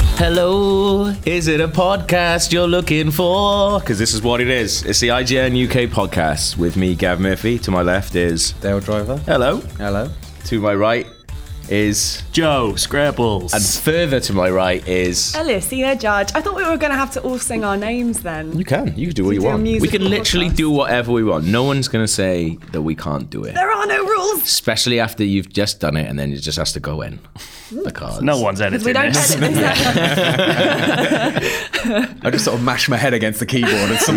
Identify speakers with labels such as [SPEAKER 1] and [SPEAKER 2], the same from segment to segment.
[SPEAKER 1] Hello, is it a podcast you're looking for?
[SPEAKER 2] Because this is what it is. It's the IGN UK podcast with me, Gav Murphy. To my left is
[SPEAKER 3] Dale Driver.
[SPEAKER 2] hello.
[SPEAKER 3] Hello.
[SPEAKER 2] To my right is
[SPEAKER 1] Joe Scrabbles.
[SPEAKER 2] and further to my right is
[SPEAKER 4] Alicia Judge. I thought we were going to have to all sing our names then.
[SPEAKER 2] you can you can do what you
[SPEAKER 4] do a
[SPEAKER 2] want. We
[SPEAKER 4] musical
[SPEAKER 2] can literally
[SPEAKER 4] podcast.
[SPEAKER 2] do whatever we want. No one's gonna say that we can't do it.
[SPEAKER 4] There are no rules.
[SPEAKER 2] Especially after you've just done it and then it just has to go in the cards.
[SPEAKER 5] No one's
[SPEAKER 4] We
[SPEAKER 5] editing
[SPEAKER 4] don't
[SPEAKER 5] this.
[SPEAKER 4] edit this out.
[SPEAKER 3] I just sort of mash my head against the keyboard and see.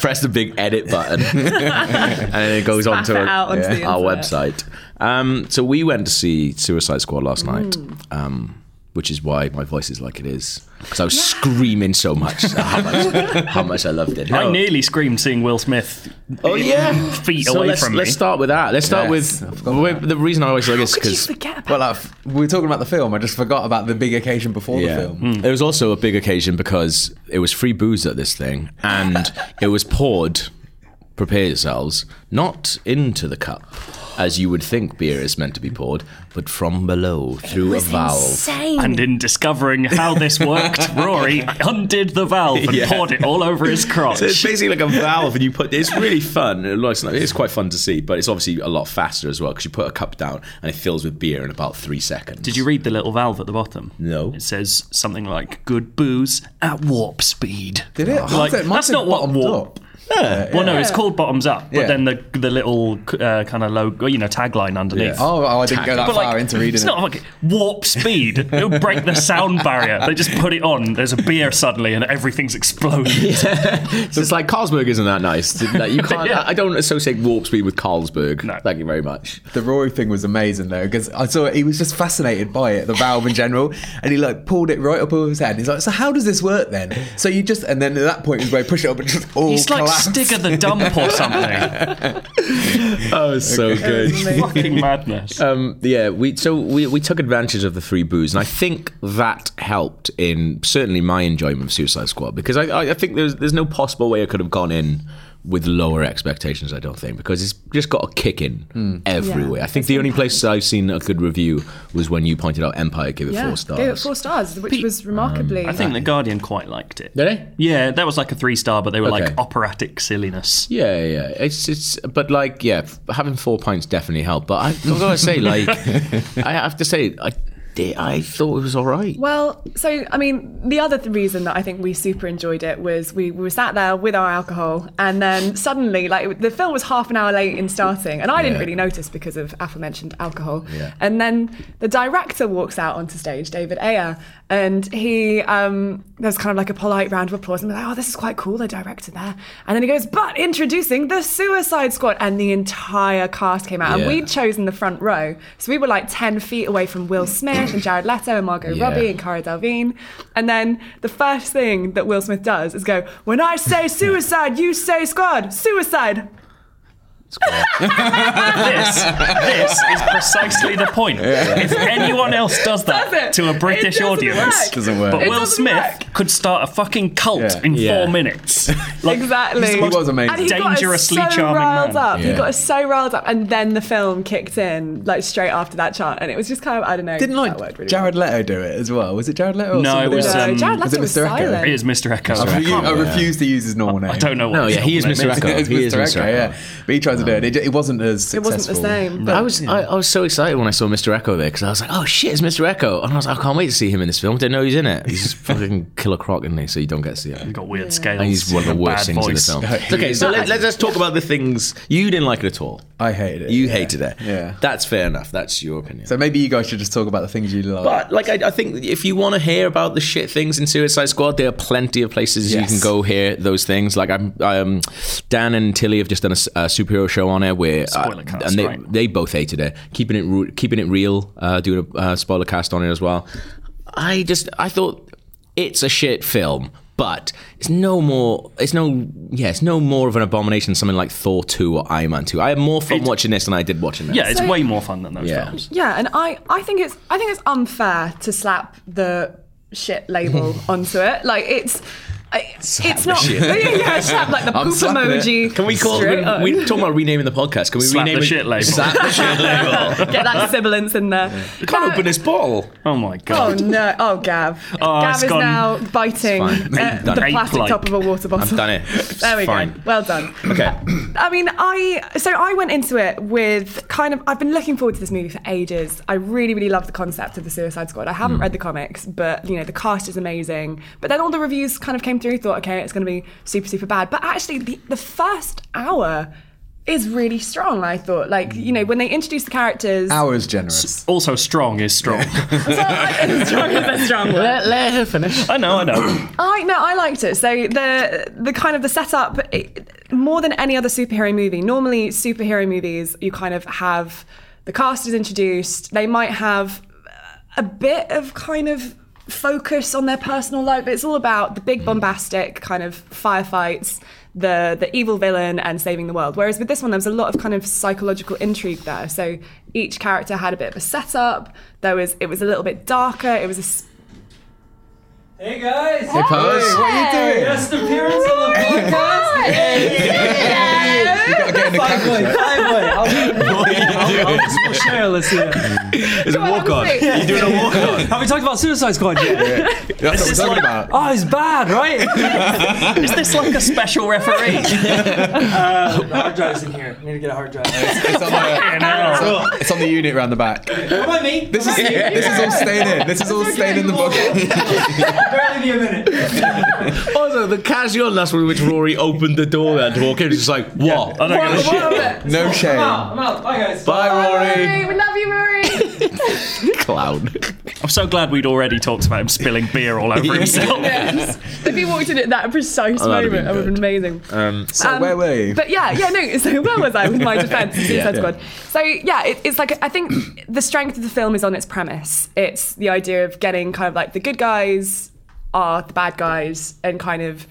[SPEAKER 2] press the big edit button and then it goes
[SPEAKER 4] Smash
[SPEAKER 2] on to
[SPEAKER 4] it out onto the
[SPEAKER 2] our
[SPEAKER 4] internet.
[SPEAKER 2] website um, so we went to see suicide squad last
[SPEAKER 3] Hmm.
[SPEAKER 2] night um, which is why my voice is like it is because i was screaming so much at how much, how much i loved it
[SPEAKER 5] I nearly screamed seeing Will Smith
[SPEAKER 2] oh yeah
[SPEAKER 5] feet
[SPEAKER 2] so
[SPEAKER 5] away
[SPEAKER 2] let's,
[SPEAKER 5] from
[SPEAKER 2] let's
[SPEAKER 5] me.
[SPEAKER 2] start with that let's start
[SPEAKER 3] Yes, I
[SPEAKER 2] with,
[SPEAKER 3] forgot
[SPEAKER 2] with- the reason i always like this
[SPEAKER 4] Could you
[SPEAKER 2] because
[SPEAKER 4] forget about
[SPEAKER 3] Well, I've, we were talking about the film. I just forgot about the big occasion before the film.
[SPEAKER 2] It was also a big occasion because it was free booze at this thing and it was poured, prepare yourselves, not into the cup as you would think beer is meant to be poured, but from below through a valve.
[SPEAKER 4] insane.
[SPEAKER 5] And in discovering how this worked, Rory undid the valve and
[SPEAKER 2] Yeah.
[SPEAKER 5] poured it all over his crotch.
[SPEAKER 2] basically like a valve, and you put. It's really fun. It looks like- It's quite fun to see, but it's obviously a lot faster as well because you put a cup down and it fills with beer in about three seconds.
[SPEAKER 5] Did you read the little valve at the bottom?
[SPEAKER 2] No.
[SPEAKER 5] It says something like "good booze at warp speed."
[SPEAKER 3] Did it?
[SPEAKER 5] Like,
[SPEAKER 3] Mine's- mine's
[SPEAKER 5] that's not what
[SPEAKER 3] bottomed
[SPEAKER 5] warp.
[SPEAKER 3] up.
[SPEAKER 5] Well, no, it's called bottoms up, but
[SPEAKER 3] Yeah.
[SPEAKER 5] then the the little uh, kind of logo, you know, tagline underneath.
[SPEAKER 2] Yeah.
[SPEAKER 3] Oh, oh, I didn't go that
[SPEAKER 5] But
[SPEAKER 3] far
[SPEAKER 5] like,
[SPEAKER 3] into reading
[SPEAKER 5] it's
[SPEAKER 3] it.
[SPEAKER 5] not like warp speed. It'll break the sound barrier. They just put it on. There's a beer suddenly, and everything's exploding.
[SPEAKER 2] So it's like Carlsberg isn't that nice. Like, you can't.
[SPEAKER 5] Yeah.
[SPEAKER 2] I don't associate warp speed with Carlsberg.
[SPEAKER 5] No.
[SPEAKER 2] Thank you very much.
[SPEAKER 3] The Rory thing was amazing though because I saw he was just fascinated by it, the valve in general, and he like pulled it right up over his head. He's like, "So how does this work then?" So you just and then at that point he's like, "Push it up and just all
[SPEAKER 5] He's like
[SPEAKER 3] collapsed."
[SPEAKER 5] Stigger the Dump or something.
[SPEAKER 2] Oh, it's so good.
[SPEAKER 5] Fucking madness.
[SPEAKER 2] Um, yeah, we so we, we took advantage of the free booze, and I think that helped in certainly my enjoyment of Suicide Squad because I, I, I think there's there's no possible way I could have gone in with lower expectations. I don't think because it's just got a kick in everywhere.
[SPEAKER 4] Hmm. Yeah,
[SPEAKER 2] I think the only place I've seen a good review was when you pointed out Empire gave it
[SPEAKER 4] yeah,
[SPEAKER 2] four stars.
[SPEAKER 4] Gave it four stars, which was remarkably.
[SPEAKER 5] I think the Guardian quite liked it.
[SPEAKER 2] Did they?
[SPEAKER 5] Yeah, that was like a three star, but they were
[SPEAKER 2] Okay.
[SPEAKER 5] like operatic silliness.
[SPEAKER 2] Yeah, yeah. It's it's, but like, yeah, f- having four pints definitely helped. But I, I was gonna say, like, I have to say, I did, I thought it was all right.
[SPEAKER 4] Well, so I mean, the other th- reason that I think we super enjoyed it was we, we were sat there with our alcohol, and then suddenly, like the film was half an hour late in starting, and I didn't
[SPEAKER 2] Yeah.
[SPEAKER 4] really notice because of aforementioned alcohol.
[SPEAKER 2] Yeah.
[SPEAKER 4] And then the director walks out onto stage, David Ayer, and he um, there's kind of like a polite round of applause, and we're like, oh, this is quite cool, the director there. And then he goes, but introducing the Suicide Squad, and the entire cast came out,
[SPEAKER 2] Yeah.
[SPEAKER 4] and we'd chosen the front row, so we were like ten feet away from Will Smith and Jared Leto and Margot
[SPEAKER 2] Yeah.
[SPEAKER 4] Robbie and Cara Delvine. And then the first thing that Will Smith does is go, When I say suicide, you say squad, suicide.
[SPEAKER 5] This, this is precisely the point. If anyone else does that
[SPEAKER 4] Does it?
[SPEAKER 5] to a
[SPEAKER 4] It
[SPEAKER 5] British
[SPEAKER 4] doesn't
[SPEAKER 5] audience,
[SPEAKER 4] work.
[SPEAKER 3] Doesn't work.
[SPEAKER 5] but
[SPEAKER 4] It
[SPEAKER 5] Will
[SPEAKER 4] doesn't
[SPEAKER 5] Smith
[SPEAKER 4] work.
[SPEAKER 5] could start a fucking cult
[SPEAKER 3] Yeah.
[SPEAKER 5] in
[SPEAKER 2] Yeah.
[SPEAKER 5] four minutes. Like,
[SPEAKER 4] exactly.
[SPEAKER 3] He was amazing.
[SPEAKER 4] And he
[SPEAKER 5] Dangerously
[SPEAKER 4] got us so
[SPEAKER 5] charming
[SPEAKER 4] riled
[SPEAKER 5] man.
[SPEAKER 4] up.
[SPEAKER 2] Yeah.
[SPEAKER 4] He got us so riled up. And then the film kicked in, like straight after that chant. And it was just kind of, I don't know.
[SPEAKER 3] Didn't
[SPEAKER 4] that worked
[SPEAKER 3] like
[SPEAKER 4] really
[SPEAKER 3] Jared Leto do it as well? Was it Jared Leto? Or
[SPEAKER 5] No, it
[SPEAKER 3] somebody
[SPEAKER 5] was,
[SPEAKER 3] else?
[SPEAKER 4] well.
[SPEAKER 5] um,
[SPEAKER 4] No, Jared
[SPEAKER 3] was
[SPEAKER 4] Leto
[SPEAKER 3] it
[SPEAKER 4] was
[SPEAKER 3] Mr. Echo?
[SPEAKER 4] silent.
[SPEAKER 5] It is Mr. Echo.
[SPEAKER 3] I, refu- I refuse to use his normal name.
[SPEAKER 5] I don't know. What
[SPEAKER 2] No, yeah, he is
[SPEAKER 5] his
[SPEAKER 2] Mr.
[SPEAKER 5] name
[SPEAKER 2] Echo.
[SPEAKER 3] It's
[SPEAKER 2] He is
[SPEAKER 3] Mr.
[SPEAKER 2] Mr.
[SPEAKER 3] Echo, yeah. But he tries to do it. It, it wasn't as
[SPEAKER 4] It
[SPEAKER 3] successful.
[SPEAKER 4] wasn't the same.
[SPEAKER 2] I was I, I was so excited when I saw Mr. Echo there because I was like, oh shit, it's Mr. Echo, and I was like, I can't wait to see him in this film. Didn't know he's in it. He's just fucking killer croc, isn't he? So you don't get to see him.
[SPEAKER 5] Got weird scales.
[SPEAKER 2] And he's one of the
[SPEAKER 5] a
[SPEAKER 2] worst
[SPEAKER 5] bad
[SPEAKER 2] things in the
[SPEAKER 5] voice.
[SPEAKER 2] film. okay, so let, let's just talk about the things you didn't like it at all.
[SPEAKER 3] I hated it.
[SPEAKER 2] You
[SPEAKER 3] yeah.
[SPEAKER 2] hated it.
[SPEAKER 3] Yeah.
[SPEAKER 2] that's fair enough. That's your opinion.
[SPEAKER 3] So maybe you guys should just talk about the things you like.
[SPEAKER 2] But like, I, I think if you want to hear about the shit things in Suicide Squad, there are plenty of places you
[SPEAKER 3] Yes.
[SPEAKER 2] can go hear those things. Like, I'm, um, Dan and Tilly have just done a, s- a superhero show on it where, uh,
[SPEAKER 5] Spoiler cast,
[SPEAKER 2] and they
[SPEAKER 5] right.
[SPEAKER 2] they both hated it. Keeping it ru- keeping it real, uh, doing a uh, spoiler cast on it as well. I just I thought it's a shit film. But it's no more. It's no. Yeah, it's no more of an abomination. than Something like Thor two or Iron Man two. I had more fun watching this than I did watching this.
[SPEAKER 5] Yeah, it's
[SPEAKER 4] So-
[SPEAKER 5] way more fun than those
[SPEAKER 2] Yeah.
[SPEAKER 5] films.
[SPEAKER 4] Yeah, and I, I think it's I think it's unfair to slap the shit label onto it. Like it's I, it's not. Yeah, yeah, slap like the
[SPEAKER 3] I'm
[SPEAKER 4] poop
[SPEAKER 3] slapping it.
[SPEAKER 4] emoji.
[SPEAKER 2] Can we call?
[SPEAKER 4] straight
[SPEAKER 2] We,
[SPEAKER 4] up.
[SPEAKER 2] we're talking about renaming the podcast. Can we
[SPEAKER 5] Slap
[SPEAKER 2] rename
[SPEAKER 5] the
[SPEAKER 2] it?
[SPEAKER 5] shit label.
[SPEAKER 2] Slap the shit label.
[SPEAKER 4] Get that sibilance in there. You
[SPEAKER 2] Can't open this bottle.
[SPEAKER 5] Oh my
[SPEAKER 4] Oh
[SPEAKER 5] god.
[SPEAKER 4] no! Oh, Gav.
[SPEAKER 5] Oh,
[SPEAKER 4] Gav
[SPEAKER 5] it's
[SPEAKER 4] is
[SPEAKER 5] gone.
[SPEAKER 4] now biting
[SPEAKER 2] It's fine.
[SPEAKER 4] uh,
[SPEAKER 2] Ape
[SPEAKER 4] the
[SPEAKER 2] done it.
[SPEAKER 4] plastic
[SPEAKER 5] Ape-like.
[SPEAKER 4] top of a water bottle.
[SPEAKER 2] I've done it.
[SPEAKER 4] There we go.
[SPEAKER 2] Fine.
[SPEAKER 4] Well done.
[SPEAKER 2] Okay.
[SPEAKER 4] I mean, I so I went into it with kind of I've been looking forward to this movie for ages. I really, really love the concept of the Suicide Squad. I haven't read the comics, but you know the cast is amazing. But then all the reviews kind of came through. Thought, okay, it's going to be super, super bad. But actually, the, the first hour is really strong. I thought, like you know, when they introduce the characters,
[SPEAKER 3] Hours generous.
[SPEAKER 5] Also, strong is strong.
[SPEAKER 4] strong is a strong word.
[SPEAKER 1] Let, let her finish.
[SPEAKER 5] I know, I know.
[SPEAKER 4] I no, I liked it. So the the kind of the setup it, more than any other superhero movie. Normally, superhero movies you kind of have the cast is introduced. They might have a bit of kind of focus on their personal life, but it's all about the big bombastic kind of firefights, the the evil villain, and saving the world. Whereas with this one, there was a lot of kind of psychological intrigue there. So each character had a bit of a setup. There was it was a little bit darker. It was a s-
[SPEAKER 6] Hey guys!
[SPEAKER 3] Pose. What are you doing?
[SPEAKER 6] Best appearance
[SPEAKER 3] Oh
[SPEAKER 6] on the podcast!
[SPEAKER 3] You gotta get in the
[SPEAKER 6] Five
[SPEAKER 3] camera.
[SPEAKER 6] boy, five boy. I'll be I'll, I'll small share, let's see it.
[SPEAKER 2] It's a walk on.
[SPEAKER 4] honestly.
[SPEAKER 2] You're doing a walk on.
[SPEAKER 6] Have we talked about Suicide Squad yet?
[SPEAKER 3] That's what we're talking about.
[SPEAKER 6] Oh, it's bad, right?
[SPEAKER 5] Is this like a special referee?
[SPEAKER 6] hard drive's in here. I need to get a hard drive.
[SPEAKER 3] It's on, the, it's on the unit round the back.
[SPEAKER 6] Don't mind me.
[SPEAKER 3] This is this is all staying in. This is all staying in the bucket.
[SPEAKER 6] barely be a minute.
[SPEAKER 2] Also, Oh, the casualness with which Rory opened the door and walked in was just like, what?
[SPEAKER 5] I don't give a shit.
[SPEAKER 3] No
[SPEAKER 6] I'm
[SPEAKER 3] shame.
[SPEAKER 6] out. I'm out. Bye guys.
[SPEAKER 3] Bye, Rory.
[SPEAKER 4] Rory, we love you, Rory.
[SPEAKER 2] Cloud.
[SPEAKER 5] I'm so glad we'd already talked about him spilling beer all over himself.
[SPEAKER 4] if he walked in at that precise
[SPEAKER 2] that'd
[SPEAKER 4] moment, that
[SPEAKER 2] have
[SPEAKER 4] would have been amazing.
[SPEAKER 3] So where were you?
[SPEAKER 4] Um, But yeah, yeah, no. So where was I with my defense? of Suicide
[SPEAKER 3] Yeah.
[SPEAKER 4] Squad. So yeah, it, it's like I think the strength of the film is on its premise. It's the idea of getting kind of like the good guys are the bad guys, and kind of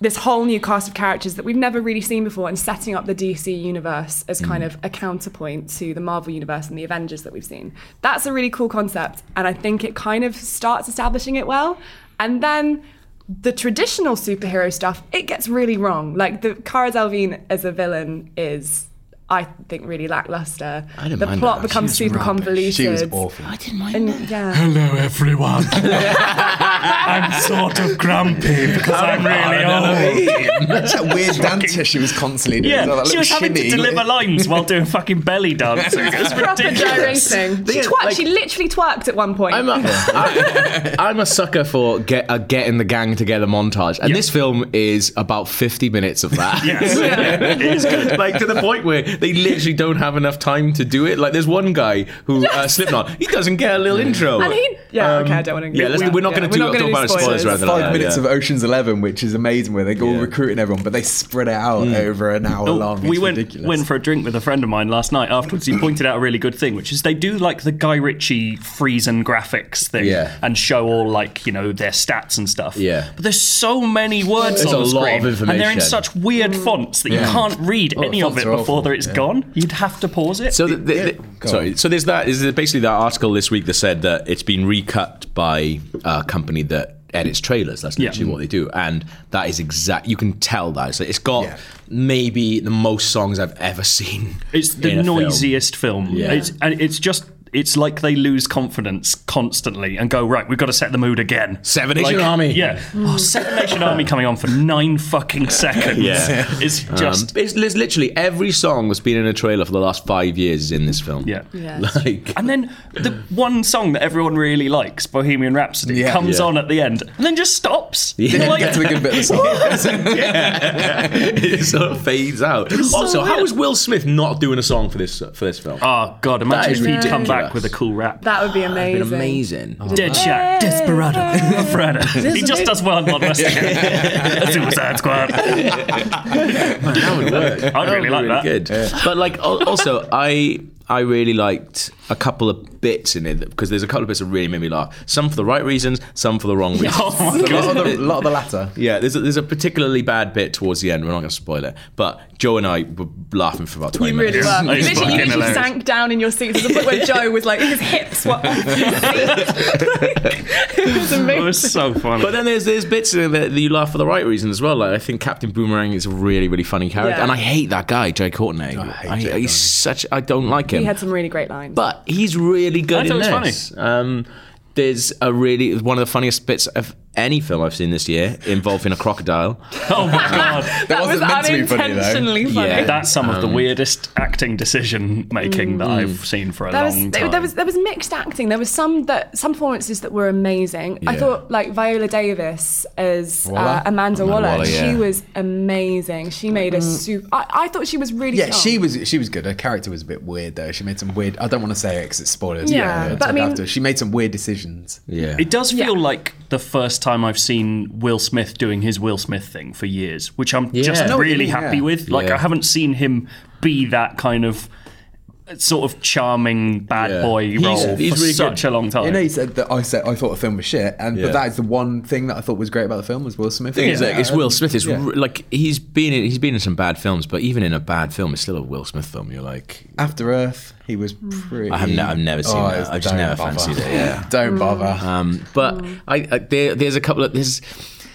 [SPEAKER 4] this whole new cast of characters that we've never really seen before, and setting up the DC universe as kind
[SPEAKER 3] Mm.
[SPEAKER 4] of a counterpoint to the Marvel universe and the Avengers that we've seen. That's a really cool concept, and I think it kind of starts establishing it well, and then the traditional superhero stuff, it gets really wrong. Like the Cara Delevingne as a villain is, I think, really lackluster.
[SPEAKER 2] I didn't
[SPEAKER 4] the
[SPEAKER 2] mind
[SPEAKER 4] plot
[SPEAKER 2] that.
[SPEAKER 4] becomes
[SPEAKER 2] She was
[SPEAKER 4] super convoluted.
[SPEAKER 3] She was awful.
[SPEAKER 2] I didn't mind
[SPEAKER 4] And yeah,
[SPEAKER 5] Hello, everyone. I'm sort of grumpy because I'm really old.
[SPEAKER 3] That's that weird dancer she was constantly doing.
[SPEAKER 5] Yeah,
[SPEAKER 3] that
[SPEAKER 5] she
[SPEAKER 3] little
[SPEAKER 5] was having to
[SPEAKER 3] shimmy.
[SPEAKER 5] deliver lines while doing fucking belly dancing. It's
[SPEAKER 4] proper
[SPEAKER 5] ridiculous.
[SPEAKER 4] gyrating. She, twer-
[SPEAKER 2] like-
[SPEAKER 4] she literally twerked at one point.
[SPEAKER 2] I'm a, I, I'm a sucker for get a getting the gang together montage, and this film is about 50 minutes of that.
[SPEAKER 5] Yes, yeah, it is good.
[SPEAKER 2] like to the point where they literally don't have enough time to do it. Like there's one guy who uh, Slipknot, he doesn't get a little intro. Um,
[SPEAKER 4] and he, yeah, okay, I don't want to.
[SPEAKER 2] yeah, let's- we're not gonna do- talk about spoilers rather than-
[SPEAKER 3] Five
[SPEAKER 2] Yeah,
[SPEAKER 3] minutes
[SPEAKER 2] yeah.
[SPEAKER 3] of Ocean's Eleven, which is amazing, where they go recruiting everyone, but they spread it out over an hour long.
[SPEAKER 5] Oh, we
[SPEAKER 3] It's
[SPEAKER 5] went
[SPEAKER 3] ridiculous.
[SPEAKER 5] went for a drink with a friend of mine last night. Afterwards, he pointed out a really good thing, which is they do like the Guy Ritchie freeze and graphics thing,
[SPEAKER 2] Yeah.
[SPEAKER 5] and show all like you know their stats and stuff.
[SPEAKER 2] Yeah.
[SPEAKER 5] but there's so many words
[SPEAKER 2] There's
[SPEAKER 5] on
[SPEAKER 2] a
[SPEAKER 5] the
[SPEAKER 2] lot
[SPEAKER 5] screen,
[SPEAKER 2] of
[SPEAKER 5] and they're in
[SPEAKER 2] information.
[SPEAKER 5] such weird fonts that you
[SPEAKER 3] Yeah.
[SPEAKER 5] can't read any of it
[SPEAKER 3] fonts are awful,
[SPEAKER 5] before it's gone. You'd have to pause it.
[SPEAKER 2] So, the, the, the-
[SPEAKER 3] go
[SPEAKER 2] sorry.
[SPEAKER 3] on.
[SPEAKER 2] So there's that. Is there basically that article this week that said that it's been recut by a company that edits trailers. That's
[SPEAKER 5] Yeah.
[SPEAKER 2] literally what they do, and that is exact. You can tell that it's, it's got
[SPEAKER 3] Yeah.
[SPEAKER 2] maybe the most songs I've ever seen.
[SPEAKER 5] It's
[SPEAKER 2] in
[SPEAKER 5] the
[SPEAKER 2] a film.
[SPEAKER 5] noisiest film. It's, and it's just. It's like they lose confidence constantly and go right. We've got to set the mood again.
[SPEAKER 2] Seven Nation
[SPEAKER 5] Like,
[SPEAKER 2] Army.
[SPEAKER 5] yeah.
[SPEAKER 4] Mm.
[SPEAKER 5] Oh, Seven Nation Army coming on for nine fucking seconds.
[SPEAKER 2] Yeah.
[SPEAKER 5] it's
[SPEAKER 2] Um,
[SPEAKER 5] just
[SPEAKER 2] it's, it's literally every song that's been in a trailer for the last five years is in this film.
[SPEAKER 5] Yeah.
[SPEAKER 4] Yeah.
[SPEAKER 2] Like
[SPEAKER 5] And then the one song that everyone really likes, Bohemian Rhapsody,
[SPEAKER 3] Yeah.
[SPEAKER 5] comes
[SPEAKER 2] Yeah.
[SPEAKER 5] on at the end and then just stops.
[SPEAKER 2] Yeah.
[SPEAKER 5] You're
[SPEAKER 3] Didn't
[SPEAKER 5] like,
[SPEAKER 3] get to the good bit of the song.
[SPEAKER 2] it sort of fades out. also, how is Will Smith not doing a song for this for this film?
[SPEAKER 5] oh god, imagine
[SPEAKER 2] is
[SPEAKER 5] if he'd come back
[SPEAKER 2] ridiculous.
[SPEAKER 5] with a cool rap.
[SPEAKER 4] that would be amazing.
[SPEAKER 2] Been amazing.
[SPEAKER 5] Deadshot, Desperado, Alfredo. He just does well in Modern Western. Suicide Squad.
[SPEAKER 2] that would work.
[SPEAKER 5] I'd really like that.
[SPEAKER 2] Good. But like al- also, I I really liked a couple of bits in it because there's a couple of bits that really made me laugh. Some for the right reasons, some for the wrong reasons.
[SPEAKER 5] Oh my
[SPEAKER 3] A lot, of the, lot of the latter.
[SPEAKER 2] Yeah, there's a, there's a particularly bad bit towards the end. We're not going to spoil it, but Joe and I were laughing for about 20
[SPEAKER 4] You
[SPEAKER 2] minutes.
[SPEAKER 4] really were.
[SPEAKER 5] It's
[SPEAKER 4] Literally,
[SPEAKER 5] fucking
[SPEAKER 4] you literally
[SPEAKER 5] hilarious.
[SPEAKER 4] sank down in your seat. There's a point where Joe was like, his hips were off his seat. it was
[SPEAKER 5] It
[SPEAKER 4] amazing.
[SPEAKER 5] was so funny.
[SPEAKER 2] But then there's there's bits in it that that you laugh for the right reason as well. Like I think Captain Boomerang is a really really funny character,
[SPEAKER 4] Yeah.
[SPEAKER 2] and I hate that guy Jay Courtney. I
[SPEAKER 3] hate Jay Courtney.
[SPEAKER 2] he's such I don't like him.
[SPEAKER 4] he had some really great lines.
[SPEAKER 2] but he's really good
[SPEAKER 5] I
[SPEAKER 2] in
[SPEAKER 5] thought it was
[SPEAKER 2] this. Um, there's a really one of the funniest bits of any film I've seen this year involving a crocodile.
[SPEAKER 5] oh my god.
[SPEAKER 4] that was
[SPEAKER 3] wasn't meant to be funny, though.
[SPEAKER 4] unintentionally funny.
[SPEAKER 2] Yeah.
[SPEAKER 5] That's some of the weirdest acting decision making that I've seen for a
[SPEAKER 4] There Mm. was,
[SPEAKER 5] long time.
[SPEAKER 4] there was there was mixed acting. There was some that some performances that were amazing. I
[SPEAKER 2] Yeah.
[SPEAKER 4] thought like Viola Davis as
[SPEAKER 3] Waller?
[SPEAKER 4] uh, Amanda Waller.
[SPEAKER 2] Waller, yeah.
[SPEAKER 4] She was amazing. She made a super. I, I thought she was really.
[SPEAKER 3] Mm. Yeah,
[SPEAKER 4] strong.
[SPEAKER 3] she was she was good. Her character was a bit weird though. She made some weird. I don't want to say it because it's spoilers.
[SPEAKER 4] Yeah, but I
[SPEAKER 3] talk
[SPEAKER 4] mean-
[SPEAKER 3] after. she made some weird decisions.
[SPEAKER 2] Yeah,
[SPEAKER 5] It does feel
[SPEAKER 4] Yeah.
[SPEAKER 5] like the first time I've seen Will Smith doing his Will Smith thing for years, which I'm just
[SPEAKER 3] No,
[SPEAKER 5] really
[SPEAKER 3] yeah.
[SPEAKER 5] happy with. Like,
[SPEAKER 2] Yeah.
[SPEAKER 5] I haven't seen him be that kind of uh, sort of charming bad
[SPEAKER 2] Yeah.
[SPEAKER 5] boy
[SPEAKER 2] He's-
[SPEAKER 5] role
[SPEAKER 2] he's
[SPEAKER 5] for
[SPEAKER 2] really
[SPEAKER 5] such
[SPEAKER 2] good.
[SPEAKER 5] a long time.
[SPEAKER 3] You know, you said that I said I thought the film was shit, and
[SPEAKER 2] Yeah.
[SPEAKER 3] but that is the one thing that I thought was great about the film was Will Smith.
[SPEAKER 2] thing is, like, it's Will Smith. Is
[SPEAKER 3] Yeah.
[SPEAKER 2] re- like he's been in, he's been in some bad films, but even in a bad film, it's still a Will Smith film. You're like,
[SPEAKER 3] After Earth, he was
[SPEAKER 4] Hmm.
[SPEAKER 3] pretty. Oh,
[SPEAKER 2] I have ne- I've never seen that.
[SPEAKER 3] it's-
[SPEAKER 2] I've just
[SPEAKER 3] don't
[SPEAKER 2] never
[SPEAKER 3] bother.
[SPEAKER 2] fancied it, yeah.
[SPEAKER 3] don't bother.
[SPEAKER 4] Hmm.
[SPEAKER 2] Um, but I, I there, there's a couple of there's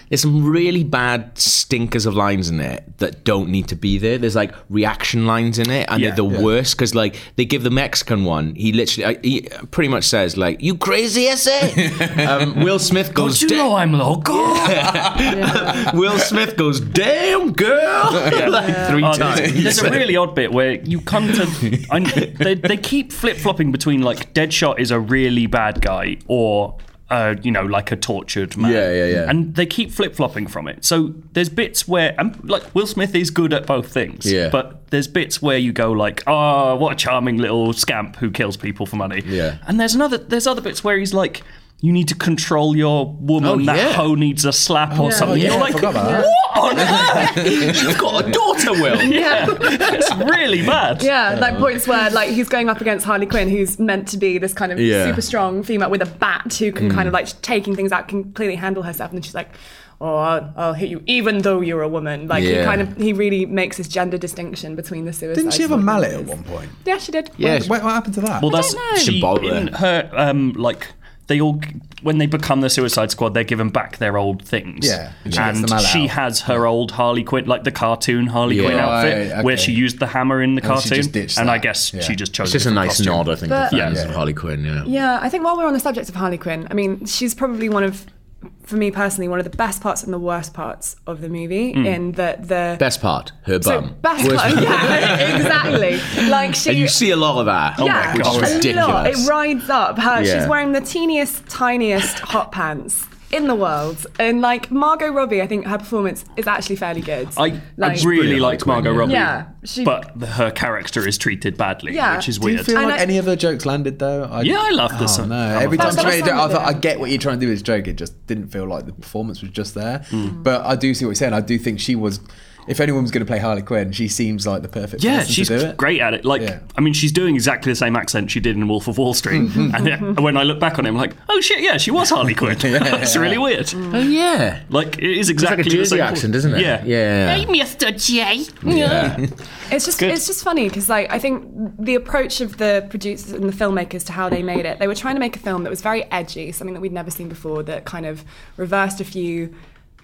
[SPEAKER 2] there's some really bad stinkers of lines in it that don't need to be there. There's like reaction lines in it, and
[SPEAKER 5] Yeah.
[SPEAKER 2] they're the worst because like they give the Mexican one. He literally I, he pretty much says like "You crazy essay." um, Will Smith goes.
[SPEAKER 5] Do you
[SPEAKER 2] "Da-
[SPEAKER 5] know I'm local?
[SPEAKER 2] Will Smith goes, "Damn girl," like three
[SPEAKER 5] Oh,
[SPEAKER 2] times.
[SPEAKER 5] there's, there's a really odd bit where you come to. I, they, they keep flip flopping between like Deadshot is a really bad guy or. Uh, you know, like a tortured man.
[SPEAKER 2] Yeah, yeah, yeah.
[SPEAKER 5] And they keep flip flopping from it. So there's bits where, and like Will Smith is good at both things.
[SPEAKER 2] Yeah.
[SPEAKER 5] But there's bits where you go like, oh, what a charming little scamp who kills people for money.
[SPEAKER 2] Yeah.
[SPEAKER 5] And there's another, there's other bits where he's like, you need to control your woman.
[SPEAKER 2] Oh,
[SPEAKER 5] that
[SPEAKER 2] yeah. Oh,
[SPEAKER 5] hoe needs a slap or something.
[SPEAKER 3] yeah,
[SPEAKER 5] You're
[SPEAKER 3] I
[SPEAKER 5] like,
[SPEAKER 3] forgot about that.
[SPEAKER 5] what on earth?
[SPEAKER 2] You've got a daughter, Will.
[SPEAKER 5] Yeah, it's really bad.
[SPEAKER 4] Yeah, like points where like he's going up against Harley Quinn, who's meant to be this kind of
[SPEAKER 2] Yeah.
[SPEAKER 4] super strong female with a bat who can
[SPEAKER 3] Mm.
[SPEAKER 4] kind of like taking things out, can completely handle herself, and then she's like, "Oh, I'll, I'll hit you, even though you're a woman." Like he
[SPEAKER 2] Yeah.
[SPEAKER 4] kind of he really makes this gender distinction between the suicide.
[SPEAKER 3] Didn't she have a
[SPEAKER 4] squad
[SPEAKER 3] mallet at
[SPEAKER 4] members.
[SPEAKER 3] one point?
[SPEAKER 4] Yeah, she did.
[SPEAKER 2] Yeah,
[SPEAKER 3] Wait, what happened to that?
[SPEAKER 5] Well, that's
[SPEAKER 4] don't know.
[SPEAKER 5] she
[SPEAKER 2] Zimbabwe.
[SPEAKER 5] in her um like they all when they become the Suicide Squad, they're given back their old things.
[SPEAKER 3] Yeah, and she gets
[SPEAKER 5] and
[SPEAKER 3] them all
[SPEAKER 5] she
[SPEAKER 3] out.
[SPEAKER 5] has her old Harley Quinn, like the cartoon Harley
[SPEAKER 2] Yeah.
[SPEAKER 5] Quinn outfit,
[SPEAKER 3] Right, okay.
[SPEAKER 5] where she used the hammer in the
[SPEAKER 3] And she
[SPEAKER 5] cartoon.
[SPEAKER 3] just ditched
[SPEAKER 5] and I
[SPEAKER 3] that.
[SPEAKER 5] guess
[SPEAKER 3] Yeah.
[SPEAKER 5] she just chose.
[SPEAKER 2] It's just a
[SPEAKER 5] different
[SPEAKER 2] nice
[SPEAKER 5] costume.
[SPEAKER 2] nod, I think,
[SPEAKER 4] But-
[SPEAKER 2] to fans
[SPEAKER 3] Yeah.
[SPEAKER 2] of Harley Quinn. Yeah.
[SPEAKER 4] Yeah, I think while we're on the subject of Harley Quinn, I mean, she's probably one of, for me personally, one of the best parts and the worst parts of the movie. In that the
[SPEAKER 2] Mm. Best part, her
[SPEAKER 4] so
[SPEAKER 2] bum.
[SPEAKER 4] best
[SPEAKER 2] Worst
[SPEAKER 4] part, yeah, exactly. Like she,
[SPEAKER 2] And you see a lot of that.
[SPEAKER 4] yeah,
[SPEAKER 2] which
[SPEAKER 5] God.
[SPEAKER 2] is
[SPEAKER 4] a lot.
[SPEAKER 2] ridiculous.
[SPEAKER 4] It rides up. Her,
[SPEAKER 2] Yeah.
[SPEAKER 4] she's wearing the teeniest, tiniest hot pants in the world, and like Margot Robbie, I think her performance is actually fairly good.
[SPEAKER 5] I, I
[SPEAKER 4] like,
[SPEAKER 5] really
[SPEAKER 2] Brilliant
[SPEAKER 5] liked
[SPEAKER 2] Harley Quinn,
[SPEAKER 5] Margot
[SPEAKER 2] yeah.
[SPEAKER 5] Robbie,
[SPEAKER 4] Yeah, she-
[SPEAKER 5] but the, her character is treated badly,
[SPEAKER 4] Yeah.
[SPEAKER 5] which is
[SPEAKER 4] Do
[SPEAKER 3] Do
[SPEAKER 5] weird.
[SPEAKER 3] you feel
[SPEAKER 4] And
[SPEAKER 3] like
[SPEAKER 4] I-
[SPEAKER 3] any of her jokes landed though? I,
[SPEAKER 5] Yeah, I loved this
[SPEAKER 3] Oh,
[SPEAKER 5] one.
[SPEAKER 3] no.
[SPEAKER 5] I
[SPEAKER 3] Every
[SPEAKER 5] loved
[SPEAKER 3] time
[SPEAKER 4] that
[SPEAKER 3] she
[SPEAKER 4] one.
[SPEAKER 3] made it, I thought I
[SPEAKER 4] Yeah.
[SPEAKER 3] get what you're trying to do as joke. It just didn't feel like the performance was just there.
[SPEAKER 5] Hmm.
[SPEAKER 3] But I do see what you're saying. I do think she was. If anyone was going to play Harley Quinn, she seems like the perfect
[SPEAKER 5] Yeah,
[SPEAKER 3] person
[SPEAKER 5] she's
[SPEAKER 3] to do it.
[SPEAKER 5] great at it. Like,
[SPEAKER 3] Yeah.
[SPEAKER 5] I mean, she's doing exactly the same accent she did in Wolf of Wall Street. and it- when I look back on it, I'm like, oh shit, yeah, she was Harley Quinn. That's really weird.
[SPEAKER 2] Oh, yeah.
[SPEAKER 5] Like, it is
[SPEAKER 2] It's like
[SPEAKER 5] exactly
[SPEAKER 2] a
[SPEAKER 5] the
[SPEAKER 2] Jersey
[SPEAKER 5] same
[SPEAKER 2] accent, isn't it?
[SPEAKER 5] Yeah,
[SPEAKER 2] Yeah. yeah.
[SPEAKER 7] Mr. J.
[SPEAKER 4] It's just it's just funny because like I think the approach of the producers and the filmmakers to how they made it, they were trying to make a film that was very edgy, something that we'd never seen before, that kind of reversed a few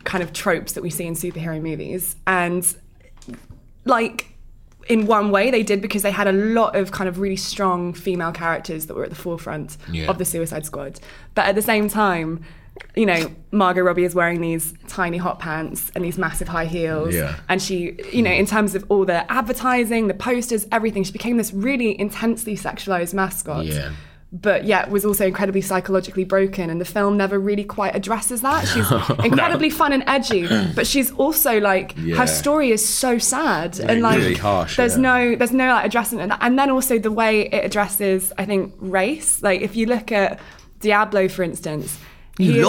[SPEAKER 4] kind of tropes that we see in superhero movies, and like. In one way, they did because they had a lot of kind of really strong female characters that were at the forefront
[SPEAKER 2] Yeah.
[SPEAKER 4] of the Suicide Squad. But at the same time, you know, Margot Robbie is wearing these tiny hot pants and these massive high heels,
[SPEAKER 2] Yeah.
[SPEAKER 4] and she, you know, in terms of all the advertising, the posters, everything, she became this really intensely sexualized mascot.
[SPEAKER 2] Yeah.
[SPEAKER 4] But yet was also incredibly psychologically broken, and the film never really quite addresses that. She's incredibly fun and edgy, but she's also like
[SPEAKER 2] Yeah.
[SPEAKER 4] her story is so sad and like
[SPEAKER 2] really harsh,
[SPEAKER 4] There's
[SPEAKER 2] yeah.
[SPEAKER 4] no there's no like addressing it, and then also the way it addresses, I think, race. Like if you look at Diablo, for instance, he is-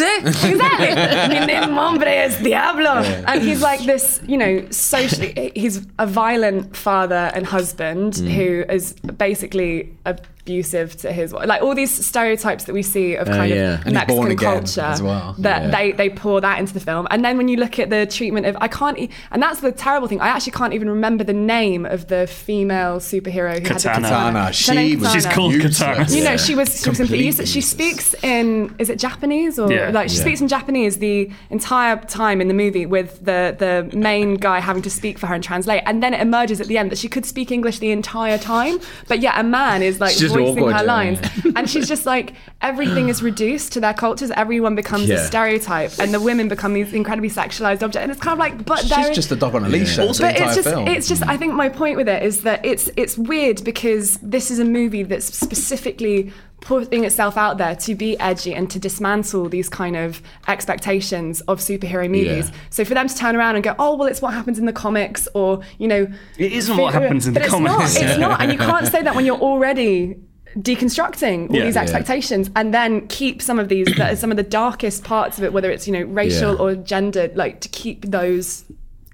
[SPEAKER 4] Exactly. Mi name hombre es Diablo. And he's like this, you know, socially, he's a violent father and husband who is basically a abusive to his wife. Like all these stereotypes that we see of kind
[SPEAKER 2] yeah.
[SPEAKER 4] of
[SPEAKER 2] And
[SPEAKER 3] he's born
[SPEAKER 4] Mexican
[SPEAKER 3] again
[SPEAKER 4] culture.
[SPEAKER 3] as well.
[SPEAKER 4] That
[SPEAKER 3] Yeah.
[SPEAKER 4] they, they pour that into the film. And then when you look at the treatment of, I can't, e- and that's the terrible thing. I actually can't even remember the name of the female superhero who had
[SPEAKER 5] Katana.
[SPEAKER 4] the
[SPEAKER 3] Katana. She
[SPEAKER 4] Katana.
[SPEAKER 3] was
[SPEAKER 5] She's called
[SPEAKER 3] useless.
[SPEAKER 5] Katana.
[SPEAKER 4] You know,
[SPEAKER 5] Yeah.
[SPEAKER 4] she was she was
[SPEAKER 3] Complete
[SPEAKER 4] in, she speaks in is it Japanese or
[SPEAKER 5] Yeah.
[SPEAKER 4] like she
[SPEAKER 5] Yeah.
[SPEAKER 4] speaks in Japanese the entire time in the movie with the the main guy having to speak for her and translate, and then it emerges at the end that she could speak English the entire time, but yet a man is like
[SPEAKER 2] She's just
[SPEAKER 4] voicing
[SPEAKER 2] awkward,
[SPEAKER 4] her
[SPEAKER 2] yeah.
[SPEAKER 4] lines, and she's just like everything is reduced to their cultures, everyone becomes
[SPEAKER 2] Yeah.
[SPEAKER 4] a stereotype, and the women become these incredibly sexualized objects, and it's kind of like, but
[SPEAKER 3] She's
[SPEAKER 4] there is-
[SPEAKER 3] just a dog on a leash. though, for the
[SPEAKER 4] but it's
[SPEAKER 3] entire
[SPEAKER 4] just,
[SPEAKER 3] film.
[SPEAKER 4] it's just. I think my point with it is that it's it's weird because this is a movie that's specifically putting itself out there to be edgy and to dismantle these kind of expectations of superhero movies.
[SPEAKER 2] Yeah.
[SPEAKER 4] So for them to turn around and go, oh well, it's what happens in the comics, or you know,
[SPEAKER 5] It isn't what
[SPEAKER 4] figure-
[SPEAKER 5] happens in the
[SPEAKER 4] but it's
[SPEAKER 5] comics.
[SPEAKER 4] Not, it's not, and you can't say that when you're already deconstructing all
[SPEAKER 5] Yeah.
[SPEAKER 4] these
[SPEAKER 5] Yeah.
[SPEAKER 4] expectations and then keep some of these that are some of the darkest parts of it whether it's you know racial
[SPEAKER 2] Yeah.
[SPEAKER 4] or gendered like to keep those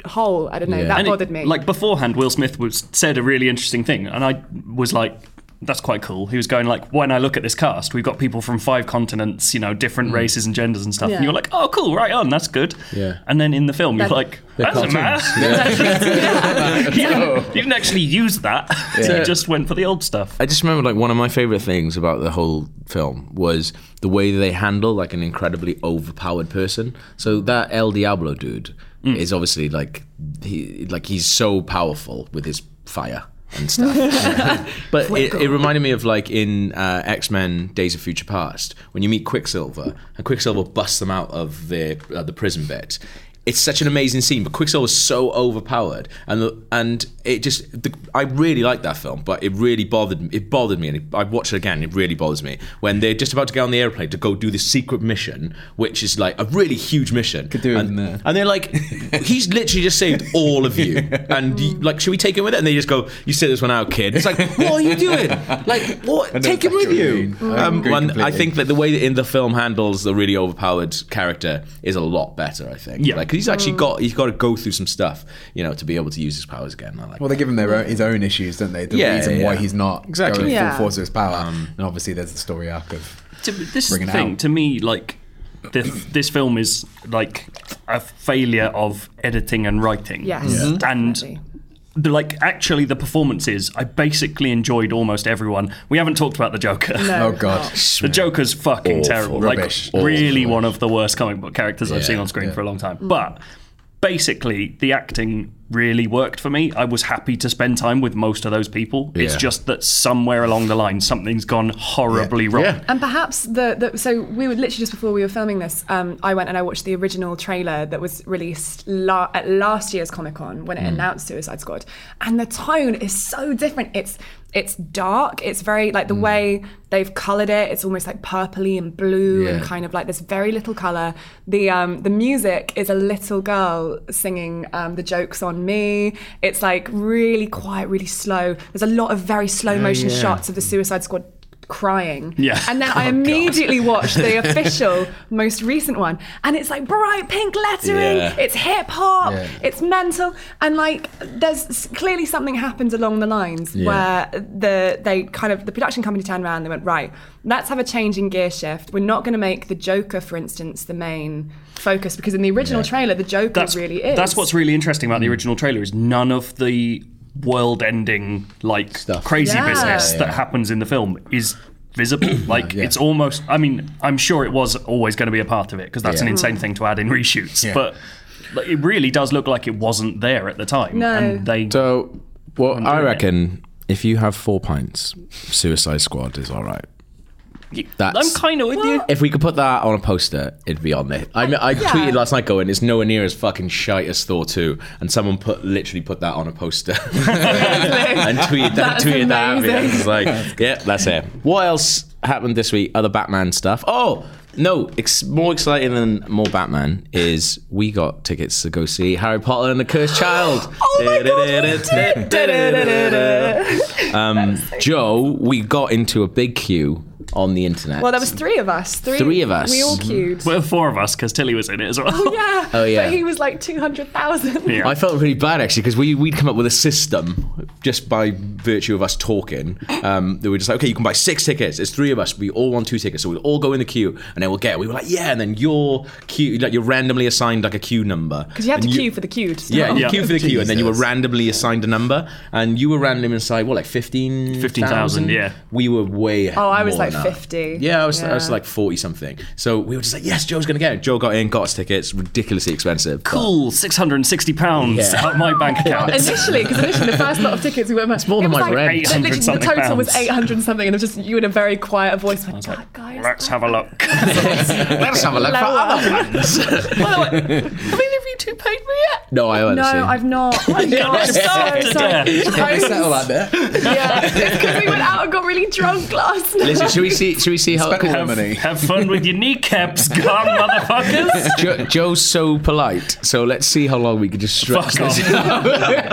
[SPEAKER 4] whole i don't know
[SPEAKER 2] Yeah.
[SPEAKER 4] that
[SPEAKER 5] And it-
[SPEAKER 4] bothered me
[SPEAKER 5] Like beforehand, Will Smith was said a really interesting thing, and I was like, "That's quite cool." He was going like, "When I look at this cast, we've got people from five continents, you know, different races and genders and stuff."
[SPEAKER 4] Mm. Yeah.
[SPEAKER 5] And you're like, "Oh, cool, right on, that's good."
[SPEAKER 2] Yeah.
[SPEAKER 5] And then in the film, you're
[SPEAKER 4] That-
[SPEAKER 5] like, "That doesn't matter." you didn't actually use that. you just went for the old stuff.
[SPEAKER 2] I just remember like one of my favorite things about the whole film was the way they handle like an incredibly overpowered person. So that El Diablo dude is obviously like he like he's so powerful with his fire and stuff. but it, it reminded me of like in uh, X Men Days of Future Past when you meet Quicksilver and Quicksilver busts them out of the uh, the prison bit. It's such an amazing scene, but Quicksilver's so overpowered, and the, and it just the, I really liked that film, but it really bothered me. It bothered me, and it, I watched it again. It really bothers me when they're just about to get on the airplane to go do this secret mission, which is like a really huge mission. Could
[SPEAKER 3] do it
[SPEAKER 2] and,
[SPEAKER 3] in there.
[SPEAKER 2] and they're like, he's literally just saved all of you. And you, like, should we take him with it? And they just go, you sit this one out, kid. It's like, what are you doing? Like, what?
[SPEAKER 3] And
[SPEAKER 2] Take
[SPEAKER 3] that's
[SPEAKER 2] him with
[SPEAKER 3] actually
[SPEAKER 2] you.
[SPEAKER 3] mean. I
[SPEAKER 2] Um,
[SPEAKER 3] agree
[SPEAKER 2] and I
[SPEAKER 3] completely.
[SPEAKER 2] think that the way that in the film handles the really overpowered character is a lot better. I think.
[SPEAKER 5] Yeah.
[SPEAKER 2] Like, 'cause he's actually
[SPEAKER 5] Mm.
[SPEAKER 2] got he's got to go through some stuff, you know, to be able to use his powers again. I like.
[SPEAKER 3] Well, they give him their own, his own issues, don't they? The
[SPEAKER 2] Yeah,
[SPEAKER 3] reason
[SPEAKER 2] yeah,
[SPEAKER 3] why
[SPEAKER 2] yeah.
[SPEAKER 3] he's not
[SPEAKER 2] Exactly.
[SPEAKER 3] going
[SPEAKER 4] Yeah.
[SPEAKER 3] full force of his power.
[SPEAKER 5] Um,
[SPEAKER 3] and obviously, there's the story arc of.
[SPEAKER 5] to, this is
[SPEAKER 3] Bring
[SPEAKER 5] the
[SPEAKER 3] it
[SPEAKER 5] thing
[SPEAKER 3] out.
[SPEAKER 5] to me like this, this film is like a failure of editing and writing
[SPEAKER 4] Yes, Yeah. Mhm. definitely.
[SPEAKER 5] and the, like actually the performances i basically enjoyed almost everyone we haven't talked about the joker
[SPEAKER 4] No,
[SPEAKER 3] Oh, God.
[SPEAKER 5] The Joker's fucking
[SPEAKER 2] Awful.
[SPEAKER 5] terrible.
[SPEAKER 3] Rubbish.
[SPEAKER 5] Like,
[SPEAKER 3] Awful.
[SPEAKER 5] really one of the worst comic book characters I've
[SPEAKER 2] Yeah,
[SPEAKER 5] seen on screen
[SPEAKER 3] yeah.
[SPEAKER 5] for a long
[SPEAKER 4] Mm.
[SPEAKER 5] time. But basically, the acting really worked for me. I was happy to spend time with most of those people. It's
[SPEAKER 2] Yeah.
[SPEAKER 5] just that somewhere along the line, something's gone horribly wrong.
[SPEAKER 2] Yeah.
[SPEAKER 4] And perhaps the, the so we were literally just before we were filming this, um, I went and I watched the original trailer that was released la- at last year's Comic Con when it
[SPEAKER 2] Hmm.
[SPEAKER 4] announced Suicide Squad, and the tone is so different. It's it's dark. It's very like
[SPEAKER 2] Hmm.
[SPEAKER 4] the way they've coloured it. It's almost like purpley and blue and
[SPEAKER 2] Yeah.
[SPEAKER 4] kind of like there's very little colour. The um, the music is a little girl singing um, the jokes on me. It's like really quiet, really slow. There's a lot of very slow motion
[SPEAKER 2] Oh, yeah.
[SPEAKER 4] shots of the Suicide Squad crying.
[SPEAKER 5] Yeah.
[SPEAKER 4] And then I immediately watched the official, most recent one, and it's like bright pink lettering.
[SPEAKER 2] Yeah.
[SPEAKER 4] It's hip hop.
[SPEAKER 3] Yeah.
[SPEAKER 4] It's mental, and like there's s- clearly something happens along the lines where the they kind of the production company turned around. and They went right. Let's have a change in gear shift. We're not going to make the Joker, for instance, the main focus because in the original trailer, the Joker
[SPEAKER 5] that's
[SPEAKER 4] really is.
[SPEAKER 5] That's what's really interesting
[SPEAKER 2] Hmm.
[SPEAKER 5] about the original trailer is none of the world-ending like crazy
[SPEAKER 4] Yeah.
[SPEAKER 5] business
[SPEAKER 4] Yeah,
[SPEAKER 5] that happens in the film is visible. like it's almost. I mean, I'm sure it was always going to be a part of it because that's an insane thing to add in reshoots, but. like, It really does look like it wasn't there at the time,
[SPEAKER 4] No.
[SPEAKER 5] and they
[SPEAKER 2] So, well, I
[SPEAKER 5] doing it.
[SPEAKER 2] reckon if you have four pints, Suicide Squad is all right.
[SPEAKER 5] I'm
[SPEAKER 2] That's-
[SPEAKER 5] kind of with you.
[SPEAKER 2] If we could put that on a poster, it'd be on there. I, mean, I
[SPEAKER 4] Yeah.
[SPEAKER 2] tweeted last night going, it's nowhere near as fucking shite as Thor 2. And someone put literally put that on a poster. and tweeted that,
[SPEAKER 4] That's
[SPEAKER 2] tweeted that at me. I was
[SPEAKER 4] amazing.
[SPEAKER 2] just like, yeah, that's it. What else happened this week? Other Batman stuff. Oh, no, ex- more exciting than more Batman is we got tickets to go see Harry Potter and the Cursed Child.
[SPEAKER 4] Oh my God, we did.
[SPEAKER 2] Um, Joe, we got into a big queue on the internet.
[SPEAKER 4] Well, there was three of us. Three,
[SPEAKER 2] Three of us.
[SPEAKER 4] We all queued.
[SPEAKER 5] Well, four of us because Tilly was in it as well.
[SPEAKER 4] Oh, yeah.
[SPEAKER 2] Oh, yeah.
[SPEAKER 4] But he was like 200,000.
[SPEAKER 5] Yeah.
[SPEAKER 2] I felt really bad actually because we we'd come up with a system just by virtue of us talking. Um, they were just like, okay, you can buy six tickets. It's three of us. We all want two tickets, so we'll all go in the queue, and then we'll get. it. We were like, yeah, and then your queue, like you're randomly assigned like a queue number
[SPEAKER 4] Because you have to
[SPEAKER 2] And
[SPEAKER 4] queue for the queue to start.
[SPEAKER 2] Yeah, you
[SPEAKER 5] Yeah.
[SPEAKER 2] queue for the queue, and then you were
[SPEAKER 3] Jesus.
[SPEAKER 2] randomly assigned a number, and you were randomly assigned what, like 15,000?
[SPEAKER 5] 15,000, yeah.
[SPEAKER 2] We were way.
[SPEAKER 4] Oh, I was
[SPEAKER 2] more
[SPEAKER 4] like
[SPEAKER 2] than that.
[SPEAKER 4] 50.
[SPEAKER 2] Yeah, I was, I was
[SPEAKER 4] Yeah.
[SPEAKER 2] like forty something. So we were just like, yes, Joe's gonna get it. Joe got in, got us tickets, ridiculously expensive. but-
[SPEAKER 5] Cool, six hundred and sixty pounds
[SPEAKER 2] Yeah.
[SPEAKER 5] out my bank account.
[SPEAKER 4] Initially, because initially the first lot of tickets we went. It's
[SPEAKER 2] more than my
[SPEAKER 4] like,
[SPEAKER 2] rent.
[SPEAKER 4] Literally, the
[SPEAKER 5] 800
[SPEAKER 4] total was
[SPEAKER 5] pounds.
[SPEAKER 4] eight hundred something, and it was just you in a very quiet voice. Went, God, guys,
[SPEAKER 5] Let's have a look.
[SPEAKER 2] Let's have a look for
[SPEAKER 4] Lower.
[SPEAKER 2] other ones.
[SPEAKER 4] By the way, have either of you two paid me yet?
[SPEAKER 2] no, I honestly.
[SPEAKER 4] No, I've not. I'm not.
[SPEAKER 5] After
[SPEAKER 4] Sorry, sorry.
[SPEAKER 5] death.
[SPEAKER 4] I was-
[SPEAKER 3] Settle that there.
[SPEAKER 4] Yeah, it's because we went out and got really drunk last night.
[SPEAKER 2] Listen, should we see? Should we see how?
[SPEAKER 3] Spend all the
[SPEAKER 5] Have,
[SPEAKER 3] money.
[SPEAKER 5] have fun with your kneecaps, gone motherfuckers.
[SPEAKER 2] Jo- Joe's so polite, so let's see how long we can just stretch
[SPEAKER 5] Fuck off.
[SPEAKER 2] this out.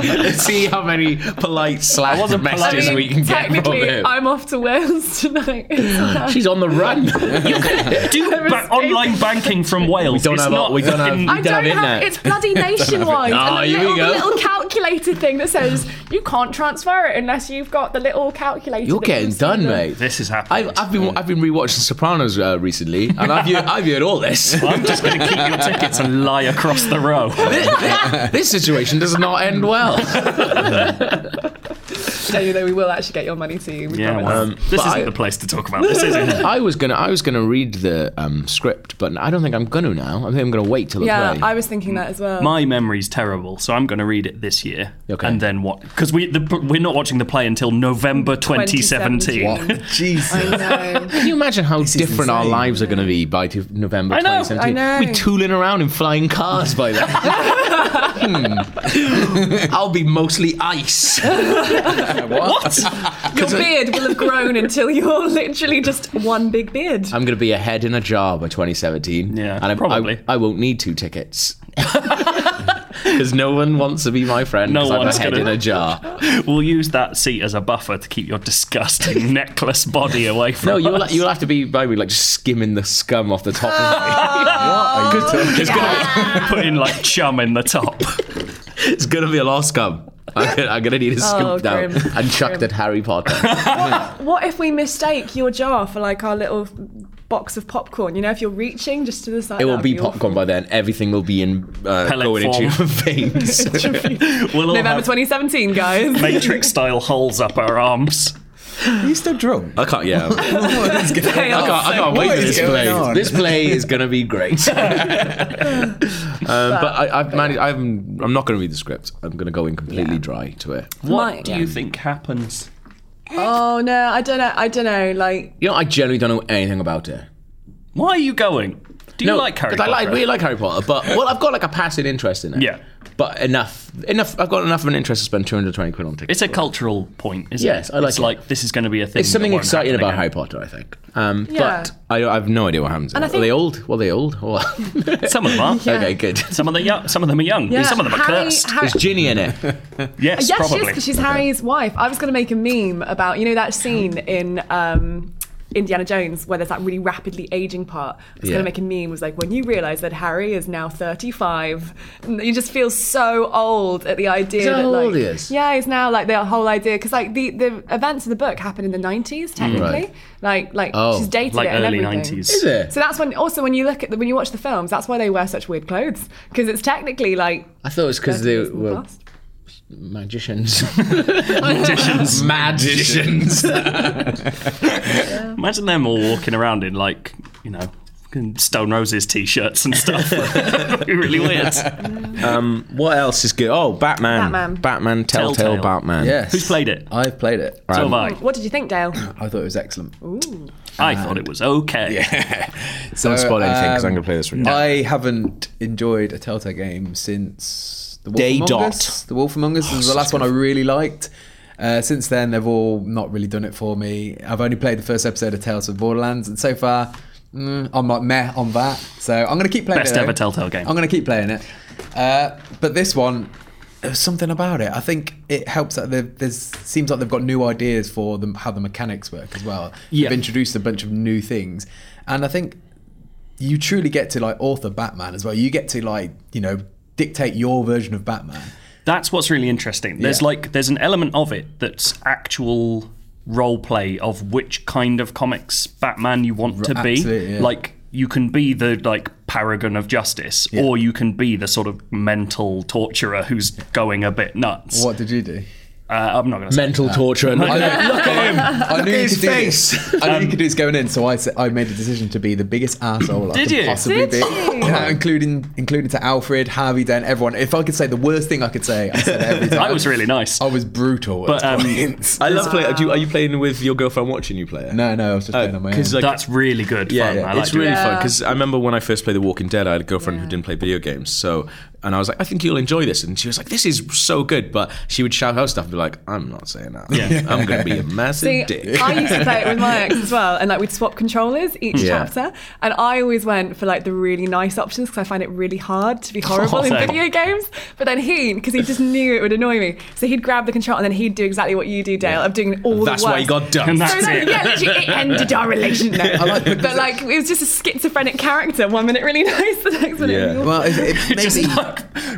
[SPEAKER 2] let's see how many polite slash
[SPEAKER 5] wasn't polite.
[SPEAKER 2] messages
[SPEAKER 5] I mean,
[SPEAKER 2] we can get from
[SPEAKER 4] technically,
[SPEAKER 2] him.
[SPEAKER 4] I'm off to Wales tonight.
[SPEAKER 2] She's on the run.
[SPEAKER 5] Do
[SPEAKER 4] I'm
[SPEAKER 5] ba-
[SPEAKER 4] escaping.
[SPEAKER 5] online banking from Wales.
[SPEAKER 2] don't
[SPEAKER 5] It's
[SPEAKER 2] have-
[SPEAKER 5] not
[SPEAKER 2] we don't have-
[SPEAKER 5] in-
[SPEAKER 2] we
[SPEAKER 4] I don't
[SPEAKER 2] have
[SPEAKER 4] have.
[SPEAKER 2] internet.
[SPEAKER 4] It's bloody nationwide.
[SPEAKER 2] Ah,
[SPEAKER 4] and the
[SPEAKER 2] here we
[SPEAKER 4] little, the
[SPEAKER 2] go.
[SPEAKER 4] little calculator thing that says you can't transfer it unless you've got the little calculator.
[SPEAKER 2] You're
[SPEAKER 4] that you
[SPEAKER 2] getting
[SPEAKER 4] see
[SPEAKER 2] done,
[SPEAKER 4] the-
[SPEAKER 2] mate.
[SPEAKER 5] This is happening.
[SPEAKER 2] I've, I've been I've been rewatching Sopranos uh, recently, and I've heard, I've heard all this.
[SPEAKER 5] I'm just going to keep your tickets and lie across the row.
[SPEAKER 2] this situation does not end well.
[SPEAKER 4] So you know we will actually get your money to you. We
[SPEAKER 5] Yeah,
[SPEAKER 4] promise.
[SPEAKER 5] well, this
[SPEAKER 2] Um, but
[SPEAKER 5] isn't
[SPEAKER 2] I-
[SPEAKER 5] the place to talk about this, is it?
[SPEAKER 2] I was gonna I was gonna read the um, script, but I don't think I'm gonna now. I think I'm gonna wait till
[SPEAKER 4] yeah,
[SPEAKER 2] the play.
[SPEAKER 4] I was thinking that as well.
[SPEAKER 5] My memory's terrible, so I'm going to read it this year.
[SPEAKER 2] Okay.
[SPEAKER 5] And then what? Because we, the, we're not watching the play until November 2017.
[SPEAKER 3] What? Oh, Jesus.
[SPEAKER 2] Can you imagine how
[SPEAKER 3] is
[SPEAKER 2] different our
[SPEAKER 3] insane.
[SPEAKER 2] lives are going to be by t- November
[SPEAKER 5] I know,
[SPEAKER 2] 2017?
[SPEAKER 4] I know.
[SPEAKER 2] We're tooling around in flying cars by then. Hmm. I'll be mostly ice.
[SPEAKER 5] What?
[SPEAKER 4] your beard will have grown until you're literally just one big beard.
[SPEAKER 2] I'm going to be a head in a jar by 2017.
[SPEAKER 5] Yeah,
[SPEAKER 2] and I,
[SPEAKER 5] probably.
[SPEAKER 2] I, I won't need two tickets. Because no one wants to be my friend.
[SPEAKER 5] No
[SPEAKER 2] 'cause I'm a
[SPEAKER 5] one's
[SPEAKER 2] head
[SPEAKER 5] gonna-
[SPEAKER 2] in a jar.
[SPEAKER 5] We'll use that seat as a buffer to keep your disgusting necklace body away from
[SPEAKER 2] No, you'll,
[SPEAKER 5] us.
[SPEAKER 2] you'll have to be maybe like just skimming the scum off the top of me.
[SPEAKER 5] It's gonna put in like chum in the top.
[SPEAKER 2] It's going to be a lot of scum. I'm gonna, I'm gonna need a scoop
[SPEAKER 4] Oh,
[SPEAKER 2] down
[SPEAKER 4] grim.
[SPEAKER 2] and chucked at Harry Potter.
[SPEAKER 4] What if we mistake your jar for like our little box of popcorn? You know, if you're reaching just to the side,
[SPEAKER 2] It will
[SPEAKER 4] that'd
[SPEAKER 2] be
[SPEAKER 4] awful.
[SPEAKER 2] popcorn by then. Everything will be in uh,
[SPEAKER 5] Pellet
[SPEAKER 2] going into your
[SPEAKER 5] form.
[SPEAKER 2] veins.
[SPEAKER 5] We'll all
[SPEAKER 4] November
[SPEAKER 5] have
[SPEAKER 4] 2017, guys.
[SPEAKER 5] Matrix style holes up our arms.
[SPEAKER 3] Are you still drunk?
[SPEAKER 2] I can't. Yeah, I can't,
[SPEAKER 5] Oh,
[SPEAKER 4] Chaos.
[SPEAKER 2] I can't wait
[SPEAKER 3] What
[SPEAKER 2] for
[SPEAKER 3] is
[SPEAKER 2] this
[SPEAKER 3] going
[SPEAKER 2] play.
[SPEAKER 3] on?
[SPEAKER 2] This play is gonna be great. um, but I, I've managed. I'm. I'm not gonna read the script. I'm gonna go in completely dry to it.
[SPEAKER 5] What
[SPEAKER 4] Might.
[SPEAKER 5] do you think happens?
[SPEAKER 4] Oh no, I don't know. I don't know. Like,
[SPEAKER 2] You know, I generally don't know anything about it.
[SPEAKER 5] Why are you going? Do you like Harry
[SPEAKER 2] but
[SPEAKER 5] Potter?
[SPEAKER 2] I like, really like Harry Potter, but well, I've got like a passing interest in it.
[SPEAKER 5] Yeah.
[SPEAKER 2] But enough, enough. I've got enough of an interest to spend 220 quid on tickets.
[SPEAKER 5] it's a cultural point, isn't
[SPEAKER 2] Yes,
[SPEAKER 5] it?
[SPEAKER 2] I like
[SPEAKER 5] It's
[SPEAKER 2] it.
[SPEAKER 5] like this is going to be a thing.
[SPEAKER 2] It's something
[SPEAKER 5] that won't
[SPEAKER 2] exciting
[SPEAKER 5] happen
[SPEAKER 2] about
[SPEAKER 5] again.
[SPEAKER 2] Harry Potter, I think. Um,
[SPEAKER 4] Yeah.
[SPEAKER 2] But I, I have no idea what happens.
[SPEAKER 4] I
[SPEAKER 2] are
[SPEAKER 4] think-
[SPEAKER 2] they old? Well, they old. Or what?
[SPEAKER 5] Some of them are.
[SPEAKER 2] Okay, good.
[SPEAKER 5] Some of them, young, some of them are young.
[SPEAKER 4] yeah,
[SPEAKER 5] Some of them are
[SPEAKER 4] Harry-
[SPEAKER 5] cursed.
[SPEAKER 4] Harry-
[SPEAKER 2] Is Ginny in it?
[SPEAKER 5] yes,
[SPEAKER 4] Yes, she is
[SPEAKER 5] probably.
[SPEAKER 4] because she's Harry's wife. I was going to make a meme about you know that scene in um, Indiana Jones where there's that really rapidly aging part. I was
[SPEAKER 2] Yeah.
[SPEAKER 4] going to make a meme was like when you realise that Harry is now 35, and you just feel so old at the idea
[SPEAKER 2] Is that
[SPEAKER 4] that
[SPEAKER 2] how
[SPEAKER 4] like
[SPEAKER 2] old he is?
[SPEAKER 4] yeah, it's now like the whole idea because like the the events of the book happen in the 90s technically.
[SPEAKER 2] Mm. Right.
[SPEAKER 4] Like like
[SPEAKER 2] Oh,
[SPEAKER 4] she's dated
[SPEAKER 5] like
[SPEAKER 4] it and
[SPEAKER 5] early
[SPEAKER 4] everything.
[SPEAKER 5] 90s.
[SPEAKER 2] Is it?
[SPEAKER 4] So that's when also when you look at the, when you watch the films, that's why they wear such weird clothes because it's technically like
[SPEAKER 2] I thought it was because they
[SPEAKER 4] 30s in the
[SPEAKER 2] were
[SPEAKER 4] past.
[SPEAKER 2] magicians. magicians. Magicians.
[SPEAKER 5] Imagine them all walking around in like you know fucking Stone Roses t-shirts and stuff. It'd be really weird.
[SPEAKER 2] um, what else is good? Oh, Batman.
[SPEAKER 4] Batman.
[SPEAKER 2] Batman, Telltale,
[SPEAKER 5] Telltale.
[SPEAKER 2] Batman.
[SPEAKER 3] Yes.
[SPEAKER 5] Who's played it?
[SPEAKER 3] I've played it.
[SPEAKER 5] So have
[SPEAKER 2] Um,
[SPEAKER 5] I.
[SPEAKER 4] Mm. What did you think, Dale?
[SPEAKER 3] I thought it was excellent.
[SPEAKER 5] I thought it was okay.
[SPEAKER 3] So,
[SPEAKER 2] Don't spoil anything because I'm
[SPEAKER 3] um,
[SPEAKER 2] going to play this.
[SPEAKER 3] I haven't enjoyed a Telltale game since The Wolf
[SPEAKER 2] Day
[SPEAKER 3] Among
[SPEAKER 2] dot.
[SPEAKER 3] Us. The Wolf Among Us
[SPEAKER 5] Oh,
[SPEAKER 3] was the last one I really liked. Uh, since then, they've all not really done it for me. I've only played the first episode of Tales of Borderlands, and so far, mm, I'm like meh on that. So I'm going to keep playing
[SPEAKER 5] Best
[SPEAKER 3] it. though.
[SPEAKER 5] ever Telltale game.
[SPEAKER 3] I'm going to keep playing it. Uh, but this one, there's something about it. I think it helps that there there's, seems like they've got new ideas for them how the mechanics work as well.
[SPEAKER 5] Yeah.
[SPEAKER 3] They've introduced a bunch of new things, and I think you truly get to like author Batman as well. You get to like you know dictate your version of Batman.
[SPEAKER 5] That's what's really interesting. There's
[SPEAKER 3] Yeah.
[SPEAKER 5] like there's an element of it that's actual role play of which kind of comics Batman you want to be.
[SPEAKER 3] absolutely, yeah.
[SPEAKER 5] Like you can be the like paragon of justice, or you can be the sort of mental torturer who's going a bit nuts.
[SPEAKER 3] What did you do?
[SPEAKER 5] Uh, I'm not gonna say.
[SPEAKER 2] Mental torture. And
[SPEAKER 3] Look at him. I knew you
[SPEAKER 2] his
[SPEAKER 3] could do this. I knew you could do this going in, so I, said- I made the decision to be the biggest asshole I
[SPEAKER 5] Did
[SPEAKER 3] could
[SPEAKER 5] you?
[SPEAKER 3] possibly
[SPEAKER 4] Did
[SPEAKER 3] be,
[SPEAKER 4] you?
[SPEAKER 3] Yeah, including including to Alfred, Harvey Dent, everyone. If I could say the worst thing I could say, I said it every time.
[SPEAKER 5] I was really nice.
[SPEAKER 3] I was brutal.
[SPEAKER 5] But,
[SPEAKER 3] But
[SPEAKER 5] um,
[SPEAKER 2] I love playing. Do you, are you playing with your girlfriend watching you play it?
[SPEAKER 3] no, no, I was just playing on my own.
[SPEAKER 2] Because like,
[SPEAKER 5] That's really good
[SPEAKER 2] yeah,
[SPEAKER 5] fun. I like
[SPEAKER 2] it's really
[SPEAKER 5] doing
[SPEAKER 2] fun.
[SPEAKER 5] that.
[SPEAKER 2] 'Cause fun because
[SPEAKER 4] Yeah.
[SPEAKER 2] I remember when I first played The Walking Dead, I had a girlfriend
[SPEAKER 4] Yeah.
[SPEAKER 2] who didn't play video games, so and I was like, I think you'll enjoy this, and she was like, This is so good, but she would shout out stuff and be like, I'm not saying that.
[SPEAKER 5] Yeah.
[SPEAKER 2] I'm gonna be a massive
[SPEAKER 4] See,
[SPEAKER 2] dick.
[SPEAKER 4] I used to play it with my ex as well, and like we'd swap controllers each
[SPEAKER 2] Yeah.
[SPEAKER 4] chapter, and I always went for like the really nice options because I find it really hard to be horrible in
[SPEAKER 5] Same.
[SPEAKER 4] video games. But then he, because he just knew it would annoy me, so he'd grab the control and then he'd do exactly what you do, Dale, of doing all
[SPEAKER 2] That's
[SPEAKER 4] the
[SPEAKER 2] why
[SPEAKER 4] worst.
[SPEAKER 2] you got done.
[SPEAKER 5] And that's
[SPEAKER 4] So then,
[SPEAKER 5] it.
[SPEAKER 4] yeah, literally, it ended our relationship.
[SPEAKER 3] like the-
[SPEAKER 4] but like, it was just a schizophrenic character. One minute really nice, the next minute
[SPEAKER 2] Yeah.
[SPEAKER 4] really awful.
[SPEAKER 3] well, it, it maybe
[SPEAKER 5] Just like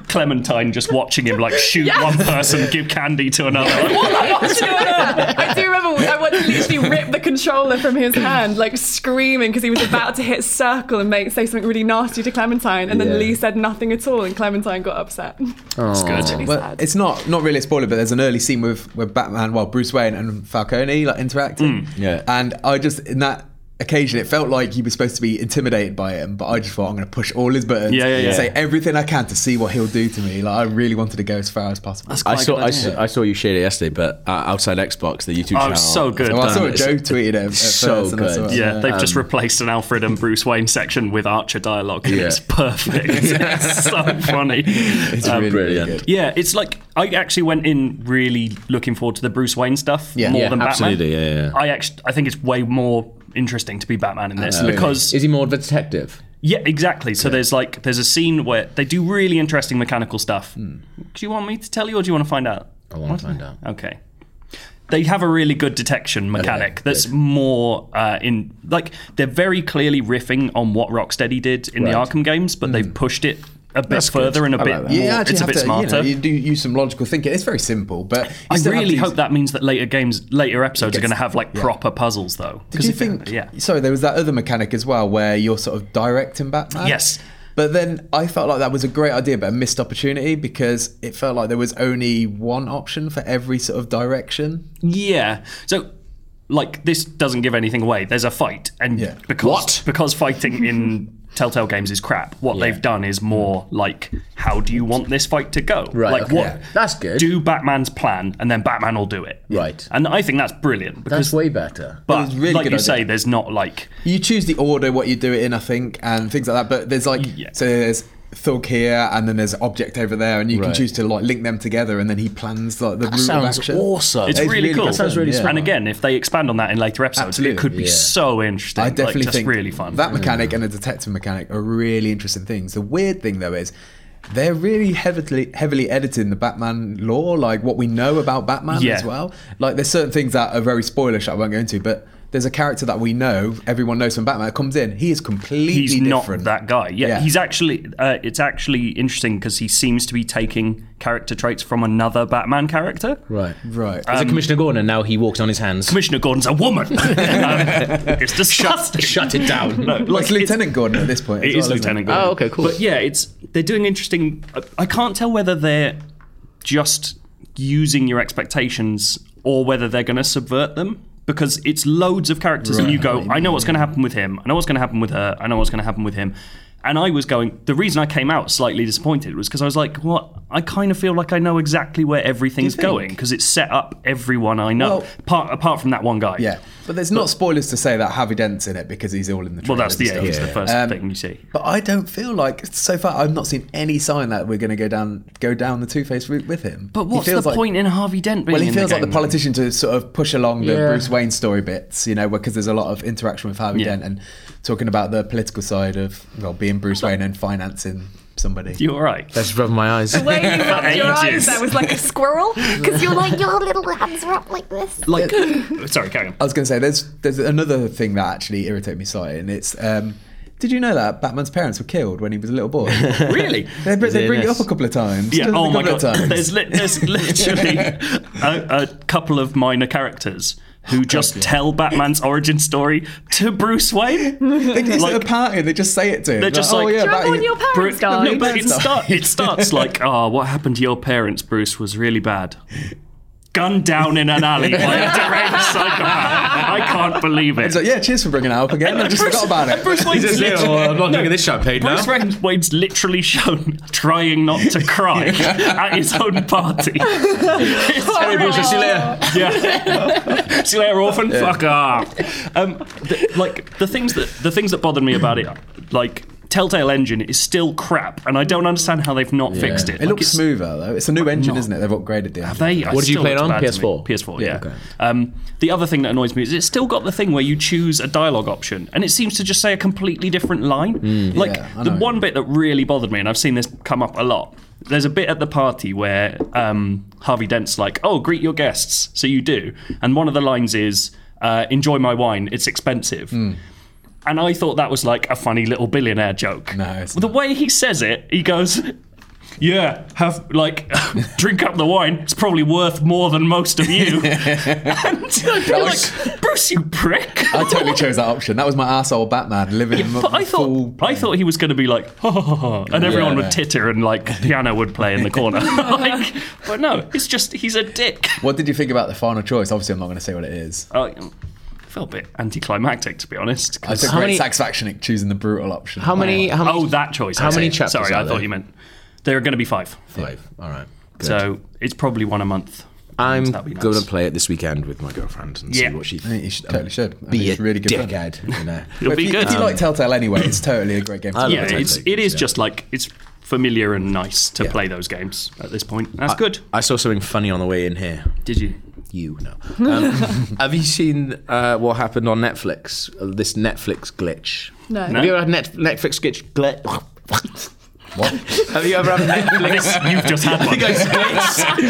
[SPEAKER 5] Clementine just watching him like shoot
[SPEAKER 4] Yes.
[SPEAKER 5] one person, give candy to another. Like,
[SPEAKER 4] I watched it. I do remember I wanted to literally rip the controller from his hand, like screaming because he was about to hit circle and make say something really nasty to Clementine, and then
[SPEAKER 3] Yeah.
[SPEAKER 4] Lee said nothing at all, and Clementine got upset.
[SPEAKER 5] that's good.
[SPEAKER 4] Really
[SPEAKER 3] Well,
[SPEAKER 4] sad.
[SPEAKER 3] it's not not really a spoiler, but there's an early scene with with Batman, well, Bruce Wayne and Falcone like
[SPEAKER 5] Mm.
[SPEAKER 3] interacting.
[SPEAKER 2] Yeah.
[SPEAKER 3] and I just in that occasion it felt like he was supposed to be intimidated by him, but I just thought I'm going to push all his buttons,
[SPEAKER 5] Yeah, yeah, yeah.
[SPEAKER 3] say everything I can to see what he'll do to me. Like I really wanted to go as far as possible.
[SPEAKER 2] I saw, I saw I saw you share it yesterday, but uh, outside Xbox, the YouTube
[SPEAKER 5] Oh,
[SPEAKER 2] channel.
[SPEAKER 5] so good.
[SPEAKER 3] well, I saw
[SPEAKER 2] It's- uh,
[SPEAKER 3] Joe tweeted it. At
[SPEAKER 2] so
[SPEAKER 3] first, and I
[SPEAKER 2] good.
[SPEAKER 3] saw it.
[SPEAKER 5] Yeah, they've
[SPEAKER 2] um,
[SPEAKER 5] just replaced an Alfred and Bruce Wayne section with Archer dialogue, and
[SPEAKER 2] Yeah.
[SPEAKER 5] it's perfect. it's so funny. Um,
[SPEAKER 3] It's really,
[SPEAKER 2] brilliant.
[SPEAKER 3] really good.
[SPEAKER 5] yeah, it's like I actually went in really looking forward to the Bruce Wayne stuff
[SPEAKER 3] Yeah.
[SPEAKER 5] more
[SPEAKER 3] Yeah,
[SPEAKER 5] than
[SPEAKER 2] absolutely,
[SPEAKER 5] Batman.
[SPEAKER 2] yeah, yeah.
[SPEAKER 5] I actually I think it's way more interesting to be Batman in this because
[SPEAKER 2] Is he more of a detective?
[SPEAKER 5] yeah, exactly. So there's like there's a scene where they do really interesting mechanical stuff.
[SPEAKER 3] Hmm.
[SPEAKER 5] Do you want me to tell you, or do you want to find out?
[SPEAKER 2] I want to find out.
[SPEAKER 5] Okay. They have a really good detection mechanic that's more uh, in like they're very clearly riffing on what Rocksteady did in the Arkham games, but
[SPEAKER 3] Hmm.
[SPEAKER 5] they've pushed it a bit further and a bit
[SPEAKER 2] like that.
[SPEAKER 5] more.
[SPEAKER 3] You actually
[SPEAKER 5] it's a
[SPEAKER 3] have
[SPEAKER 5] bit
[SPEAKER 3] to,
[SPEAKER 5] smarter.
[SPEAKER 3] You, know, you do use some logical thinking. It's very simple, but you
[SPEAKER 5] I
[SPEAKER 3] still have
[SPEAKER 5] really
[SPEAKER 3] to use-
[SPEAKER 5] hope that means that later games, later episodes are
[SPEAKER 3] gets-
[SPEAKER 5] going to have like proper puzzles though.
[SPEAKER 3] Do
[SPEAKER 5] Because
[SPEAKER 3] you think?
[SPEAKER 5] yeah,
[SPEAKER 3] Sorry, there was that other mechanic as well where you're sort of directing Batman.
[SPEAKER 5] Yes.
[SPEAKER 3] But then I felt like that was a great idea, but a missed opportunity because it felt like there was only one option for every sort of direction.
[SPEAKER 5] yeah. So. Like this doesn't give anything away. There's a fight, and
[SPEAKER 3] Yeah.
[SPEAKER 5] because
[SPEAKER 2] What?
[SPEAKER 5] because fighting in Telltale games is crap. What they've done is more like, how do you want this fight to go?
[SPEAKER 2] Right,
[SPEAKER 5] Like
[SPEAKER 2] okay.
[SPEAKER 5] what?
[SPEAKER 2] Yeah. That's good.
[SPEAKER 5] Do Batman's plan, and then Batman will do it.
[SPEAKER 2] Right.
[SPEAKER 5] And I think that's brilliant because,
[SPEAKER 2] That's way better.
[SPEAKER 5] but
[SPEAKER 3] was a really
[SPEAKER 5] like
[SPEAKER 3] good
[SPEAKER 5] you
[SPEAKER 3] idea.
[SPEAKER 5] say, there's not like
[SPEAKER 3] You choose the order what you do it in, I think, and things like that. But there's like
[SPEAKER 5] Yeah.
[SPEAKER 3] so there's thug here, and then there's object over there, and you can
[SPEAKER 2] Right.
[SPEAKER 3] choose to like link them together, and then he plans like the route
[SPEAKER 2] sounds
[SPEAKER 3] of action.
[SPEAKER 2] awesome.
[SPEAKER 5] it's,
[SPEAKER 3] It's
[SPEAKER 5] really,
[SPEAKER 3] really
[SPEAKER 5] cool.
[SPEAKER 3] good. That sounds really
[SPEAKER 5] and
[SPEAKER 3] smart.
[SPEAKER 5] again, if they expand on that in later episodes, it
[SPEAKER 3] Absolutely,
[SPEAKER 5] could be
[SPEAKER 2] yeah.
[SPEAKER 5] so interesting.
[SPEAKER 3] I definitely
[SPEAKER 5] like, just
[SPEAKER 3] think
[SPEAKER 5] really fun.
[SPEAKER 3] That mechanic and a detective mechanic are really interesting things. The weird thing though is they're really heavily heavily editing the Batman lore, like what we know about Batman
[SPEAKER 5] Yeah.
[SPEAKER 3] as well. Like there's certain things that are very spoilish that I won't go into, but there's a character that we know, everyone knows from Batman, that comes in. He is completely
[SPEAKER 5] he's not
[SPEAKER 3] different.
[SPEAKER 5] that guy. Yeah,
[SPEAKER 3] Yeah.
[SPEAKER 5] he's actually. Uh, it's actually interesting because he seems to be taking character traits from another Batman character.
[SPEAKER 2] Right.
[SPEAKER 3] right.
[SPEAKER 5] Uh,
[SPEAKER 2] Is it Commissioner Gordon and now he walks on his hands?
[SPEAKER 5] Commissioner Gordon's a woman. um, it's disgusting.
[SPEAKER 2] Shut it down.
[SPEAKER 5] No,
[SPEAKER 3] Well, it's
[SPEAKER 5] like,
[SPEAKER 3] Lieutenant Gordon at this point. as
[SPEAKER 5] It is
[SPEAKER 3] well, isn't
[SPEAKER 5] Lieutenant Gordon.
[SPEAKER 2] Oh, okay, cool.
[SPEAKER 5] But yeah, it's they're doing interesting. I- I can't tell whether they're just using your expectations or whether they're going to subvert them because it's loads of characters and you go, I know what's going to happen with him. I know what's going to happen with her. I know what's going to happen with him. And I was going. The reason I came out slightly disappointed was because I was like, "What? I kind of feel like I know exactly where everything's going because it's set up everyone I know,
[SPEAKER 3] Well-
[SPEAKER 5] apart apart from that one guy."
[SPEAKER 3] Yeah, but there's not spoilers to say that Harvey Dent's in it because he's all in the.
[SPEAKER 5] Well, that's the
[SPEAKER 3] trailers
[SPEAKER 5] yeah,
[SPEAKER 3] and
[SPEAKER 5] it's
[SPEAKER 3] stuff.
[SPEAKER 5] the first
[SPEAKER 3] Um,
[SPEAKER 5] thing you see.
[SPEAKER 3] But I don't feel like so far I've not seen any sign that we're going to go down go down the Two Face route with him.
[SPEAKER 5] But
[SPEAKER 3] He
[SPEAKER 5] what's the
[SPEAKER 3] feels like-
[SPEAKER 5] point in Harvey Dent being
[SPEAKER 3] Well, he
[SPEAKER 5] in
[SPEAKER 3] feels
[SPEAKER 5] the
[SPEAKER 3] like the
[SPEAKER 5] game?
[SPEAKER 3] politician to sort of push along the
[SPEAKER 2] Yeah.
[SPEAKER 3] Bruce Wayne story bits, you know, because there's a lot of interaction with Harvey
[SPEAKER 5] Yeah.
[SPEAKER 3] Dent and talking about the political side of well being Bruce Wayne and financing somebody.
[SPEAKER 5] You all right?
[SPEAKER 1] That's just rubbing my eyes.
[SPEAKER 4] way you rubbed your eyes
[SPEAKER 5] Ages.
[SPEAKER 4] there was like a squirrel because you're like
[SPEAKER 7] Your little hands are up like this.
[SPEAKER 5] Like, sorry, carry on.
[SPEAKER 3] I was going to say there's there's another thing that actually irritated me slightly, and it's um, did you know that Batman's parents were killed when he was a little boy? they,
[SPEAKER 5] Really?
[SPEAKER 3] br- they bring it
[SPEAKER 1] Yes.
[SPEAKER 3] up a couple of times.
[SPEAKER 5] Yeah.
[SPEAKER 3] Just a
[SPEAKER 5] Oh my
[SPEAKER 3] couple of
[SPEAKER 5] god.
[SPEAKER 3] times.
[SPEAKER 5] There's li- there's literally a, a couple of minor characters who just tell Batman's origin story to Bruce Wayne.
[SPEAKER 3] They just
[SPEAKER 5] like-
[SPEAKER 3] at a party and they just say it to him.
[SPEAKER 5] They're just like,
[SPEAKER 3] oh,
[SPEAKER 5] "Do you
[SPEAKER 3] yeah,
[SPEAKER 4] remember
[SPEAKER 3] Batman-
[SPEAKER 4] when your
[SPEAKER 5] Bru-
[SPEAKER 4] parents died
[SPEAKER 5] no, but it,
[SPEAKER 3] Batman's
[SPEAKER 5] start,
[SPEAKER 3] died.
[SPEAKER 5] it starts like, oh, what happened to your parents, Bruce, was really bad. Gunned down in an alley by a deranged psychopath. I can't believe it.
[SPEAKER 3] It's like, yeah, cheers for bringing that up again. I just forgot about it.
[SPEAKER 5] Bruce Wayne's
[SPEAKER 1] He's just,
[SPEAKER 5] literally-
[SPEAKER 1] "Oh, I'm not doing this champagne now.
[SPEAKER 5] Bruce Wayne- Wayne's literally shown trying not to cry at his own party. It's
[SPEAKER 1] Hey, Bruce, I'll see you later.
[SPEAKER 5] Yeah. See you later, orphan. Fuck off. Um, the, like the things that the things that bothered me about it, like Telltale Engine is still crap, and I don't understand how they've not fixed it.
[SPEAKER 3] It looks
[SPEAKER 5] smooth.
[SPEAKER 3] smoother though. It's a new engine, isn't it? They've upgraded the. engine.
[SPEAKER 5] They are
[SPEAKER 1] What did you
[SPEAKER 5] still
[SPEAKER 1] play it
[SPEAKER 5] looked
[SPEAKER 1] on?
[SPEAKER 5] bad to me.
[SPEAKER 1] PS4?
[SPEAKER 5] PS4,
[SPEAKER 1] Yeah,
[SPEAKER 5] yeah.
[SPEAKER 1] okay.
[SPEAKER 5] Um, the other thing that annoys me is it's still got the thing where you choose a dialogue option and it seems to just say a completely different line.
[SPEAKER 1] Hmm,
[SPEAKER 5] like,
[SPEAKER 3] yeah, I
[SPEAKER 5] the
[SPEAKER 3] know.
[SPEAKER 5] one bit that really bothered me, and I've seen this come up a lot, there's a bit at the party where um, Harvey Dent's like, oh, greet your guests. So you do. And one of the lines is, uh, enjoy my wine, it's expensive.
[SPEAKER 1] Hmm.
[SPEAKER 5] And I thought that was like a funny little billionaire joke.
[SPEAKER 3] No, it's
[SPEAKER 5] the way he says it, he goes, "Yeah, have like drink up the wine. It's probably worth more than most of you." and I'd be
[SPEAKER 3] was-
[SPEAKER 5] like, "Bruce, you prick!"
[SPEAKER 3] I totally chose that option. That was my asshole Batman living. in
[SPEAKER 5] But I
[SPEAKER 3] full-
[SPEAKER 5] thought I thought he was going to be like, ha, ha, ha, ha, and everyone
[SPEAKER 3] Yeah.
[SPEAKER 5] would titter and like piano would play in the corner. like, but no, it's just he's a dick.
[SPEAKER 3] What did you think about the final choice? Obviously, I'm not going to say what it is.
[SPEAKER 5] I felt a bit anticlimactic to be honest. 'cause-
[SPEAKER 3] I took
[SPEAKER 1] How
[SPEAKER 3] great
[SPEAKER 1] many-
[SPEAKER 3] satisfaction at choosing the brutal option.
[SPEAKER 1] How many? How many?
[SPEAKER 5] oh, that choice. I
[SPEAKER 1] how many
[SPEAKER 5] see.
[SPEAKER 1] chapters
[SPEAKER 5] Sorry,
[SPEAKER 1] are
[SPEAKER 5] I thought
[SPEAKER 1] there?
[SPEAKER 5] you meant there are going to be five.
[SPEAKER 1] Five. All right. Good.
[SPEAKER 5] So it's probably one a month.
[SPEAKER 2] I'm
[SPEAKER 5] that'd be nice.
[SPEAKER 2] going to play it this weekend with my girlfriend and
[SPEAKER 5] Yeah.
[SPEAKER 2] see what she
[SPEAKER 3] I think you should, totally should. I think
[SPEAKER 2] be
[SPEAKER 3] it's
[SPEAKER 2] a
[SPEAKER 3] really good fun.
[SPEAKER 2] dickhead. You know?
[SPEAKER 5] It'll
[SPEAKER 3] But
[SPEAKER 5] be
[SPEAKER 3] if you,
[SPEAKER 5] good.
[SPEAKER 3] If you like Telltale anyway, it's totally a great game. To
[SPEAKER 2] I
[SPEAKER 3] play.
[SPEAKER 2] love
[SPEAKER 5] yeah,
[SPEAKER 2] Telltale
[SPEAKER 5] it's
[SPEAKER 2] games,
[SPEAKER 5] it is
[SPEAKER 2] yeah.
[SPEAKER 5] just like it's familiar and nice to play those games at this point. That's good.
[SPEAKER 2] I saw something funny on the way in here.
[SPEAKER 5] Did you?
[SPEAKER 2] You know. Um, have you seen uh, what happened on Netflix? Uh, This Netflix glitch.
[SPEAKER 4] no,
[SPEAKER 5] No.
[SPEAKER 2] Have you ever had Net- Netflix glitch? Glitch. Have you ever had Netflix?
[SPEAKER 5] You've just had one.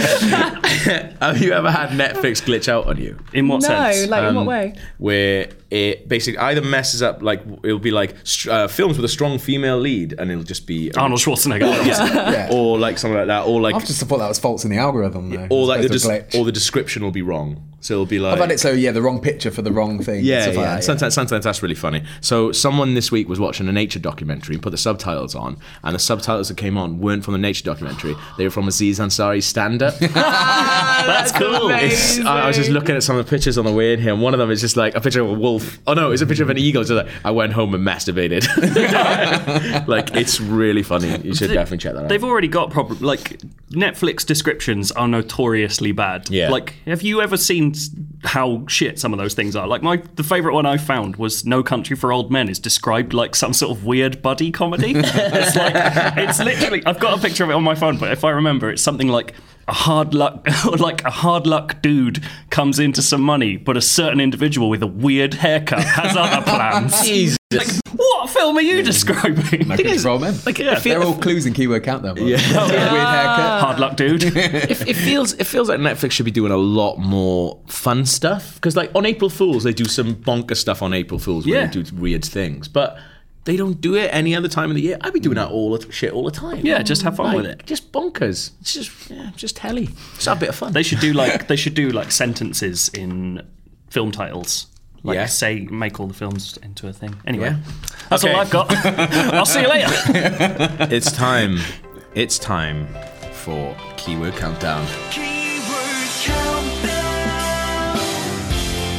[SPEAKER 2] Have you ever had Netflix glitch out on you?
[SPEAKER 5] In what
[SPEAKER 4] no
[SPEAKER 5] sense? Um,
[SPEAKER 4] like in what way
[SPEAKER 2] where it basically either messes up like it'll be like str- uh, films with a strong female lead and it'll just be
[SPEAKER 5] Arnold Schwarzenegger.
[SPEAKER 3] Yeah.
[SPEAKER 2] or like something like that or like
[SPEAKER 3] I just thought that was faults in the algorithm. Though,
[SPEAKER 2] or like
[SPEAKER 3] as
[SPEAKER 2] the
[SPEAKER 3] opposed
[SPEAKER 2] des-
[SPEAKER 3] to glitch.
[SPEAKER 2] or the description will be wrong so it'll be like
[SPEAKER 3] I've had it so yeah, the wrong picture for the wrong thing.
[SPEAKER 2] yeah,
[SPEAKER 3] stuff like
[SPEAKER 2] yeah.
[SPEAKER 3] that,
[SPEAKER 2] Sometimes, sometimes that's really funny. So someone this week was watching a nature documentary and put the subtitles on, and the subtitles that came on weren't from the nature documentary. They were from Aziz Ansari's stand-up.
[SPEAKER 5] That's cool.
[SPEAKER 2] It's- I, I was just looking at some of the pictures on the way in here, and one of them is just like a picture of a wolf. Oh no, it's a picture of an eagle. So like, I went home and masturbated. like it's really funny. You should definitely check that out.
[SPEAKER 5] They've already got problem. Like Netflix descriptions are notoriously bad.
[SPEAKER 2] Yeah.
[SPEAKER 5] Like, have you ever seen s- how shit some of those things are? Like, my the favorite one I found was No Country for Old Men is described like some sort of weird buddy comedy. it's like it's literally. I've got a picture of it on my phone, but if I remember, it's something like. A hard luck, like a hard luck dude comes into some money, but a certain individual with a weird haircut has other plans.
[SPEAKER 2] Jesus.
[SPEAKER 5] What film are you describing?
[SPEAKER 3] yeah. It's roll men.
[SPEAKER 2] Like, it,
[SPEAKER 3] They're
[SPEAKER 2] feel,
[SPEAKER 3] all clues in keyword count though. Yeah. Weird haircut.
[SPEAKER 5] Hard luck,
[SPEAKER 2] uh,
[SPEAKER 5] dude.
[SPEAKER 2] it, it feels it feels like Netflix should be doing a lot more fun stuff because like on April Fools they do some bonker stuff on April Fools where
[SPEAKER 5] Yeah.
[SPEAKER 2] they do weird things, but they don't do it any other time of the year. I'd be doing that all the shit all the time.
[SPEAKER 5] Yeah, just have fun
[SPEAKER 2] Like,
[SPEAKER 5] with it.
[SPEAKER 2] Just bonkers. It's just yeah, just helly. Just have a bit of fun.
[SPEAKER 5] They should do like they should do like sentences in film titles. Like
[SPEAKER 2] Yeah.
[SPEAKER 5] say make all the films into a thing. Anyway.
[SPEAKER 2] Yeah.
[SPEAKER 5] That's
[SPEAKER 2] Okay.
[SPEAKER 5] all I've got. I'll see you later.
[SPEAKER 2] It's time. It's time for keyword countdown.
[SPEAKER 8] Keyword countdown.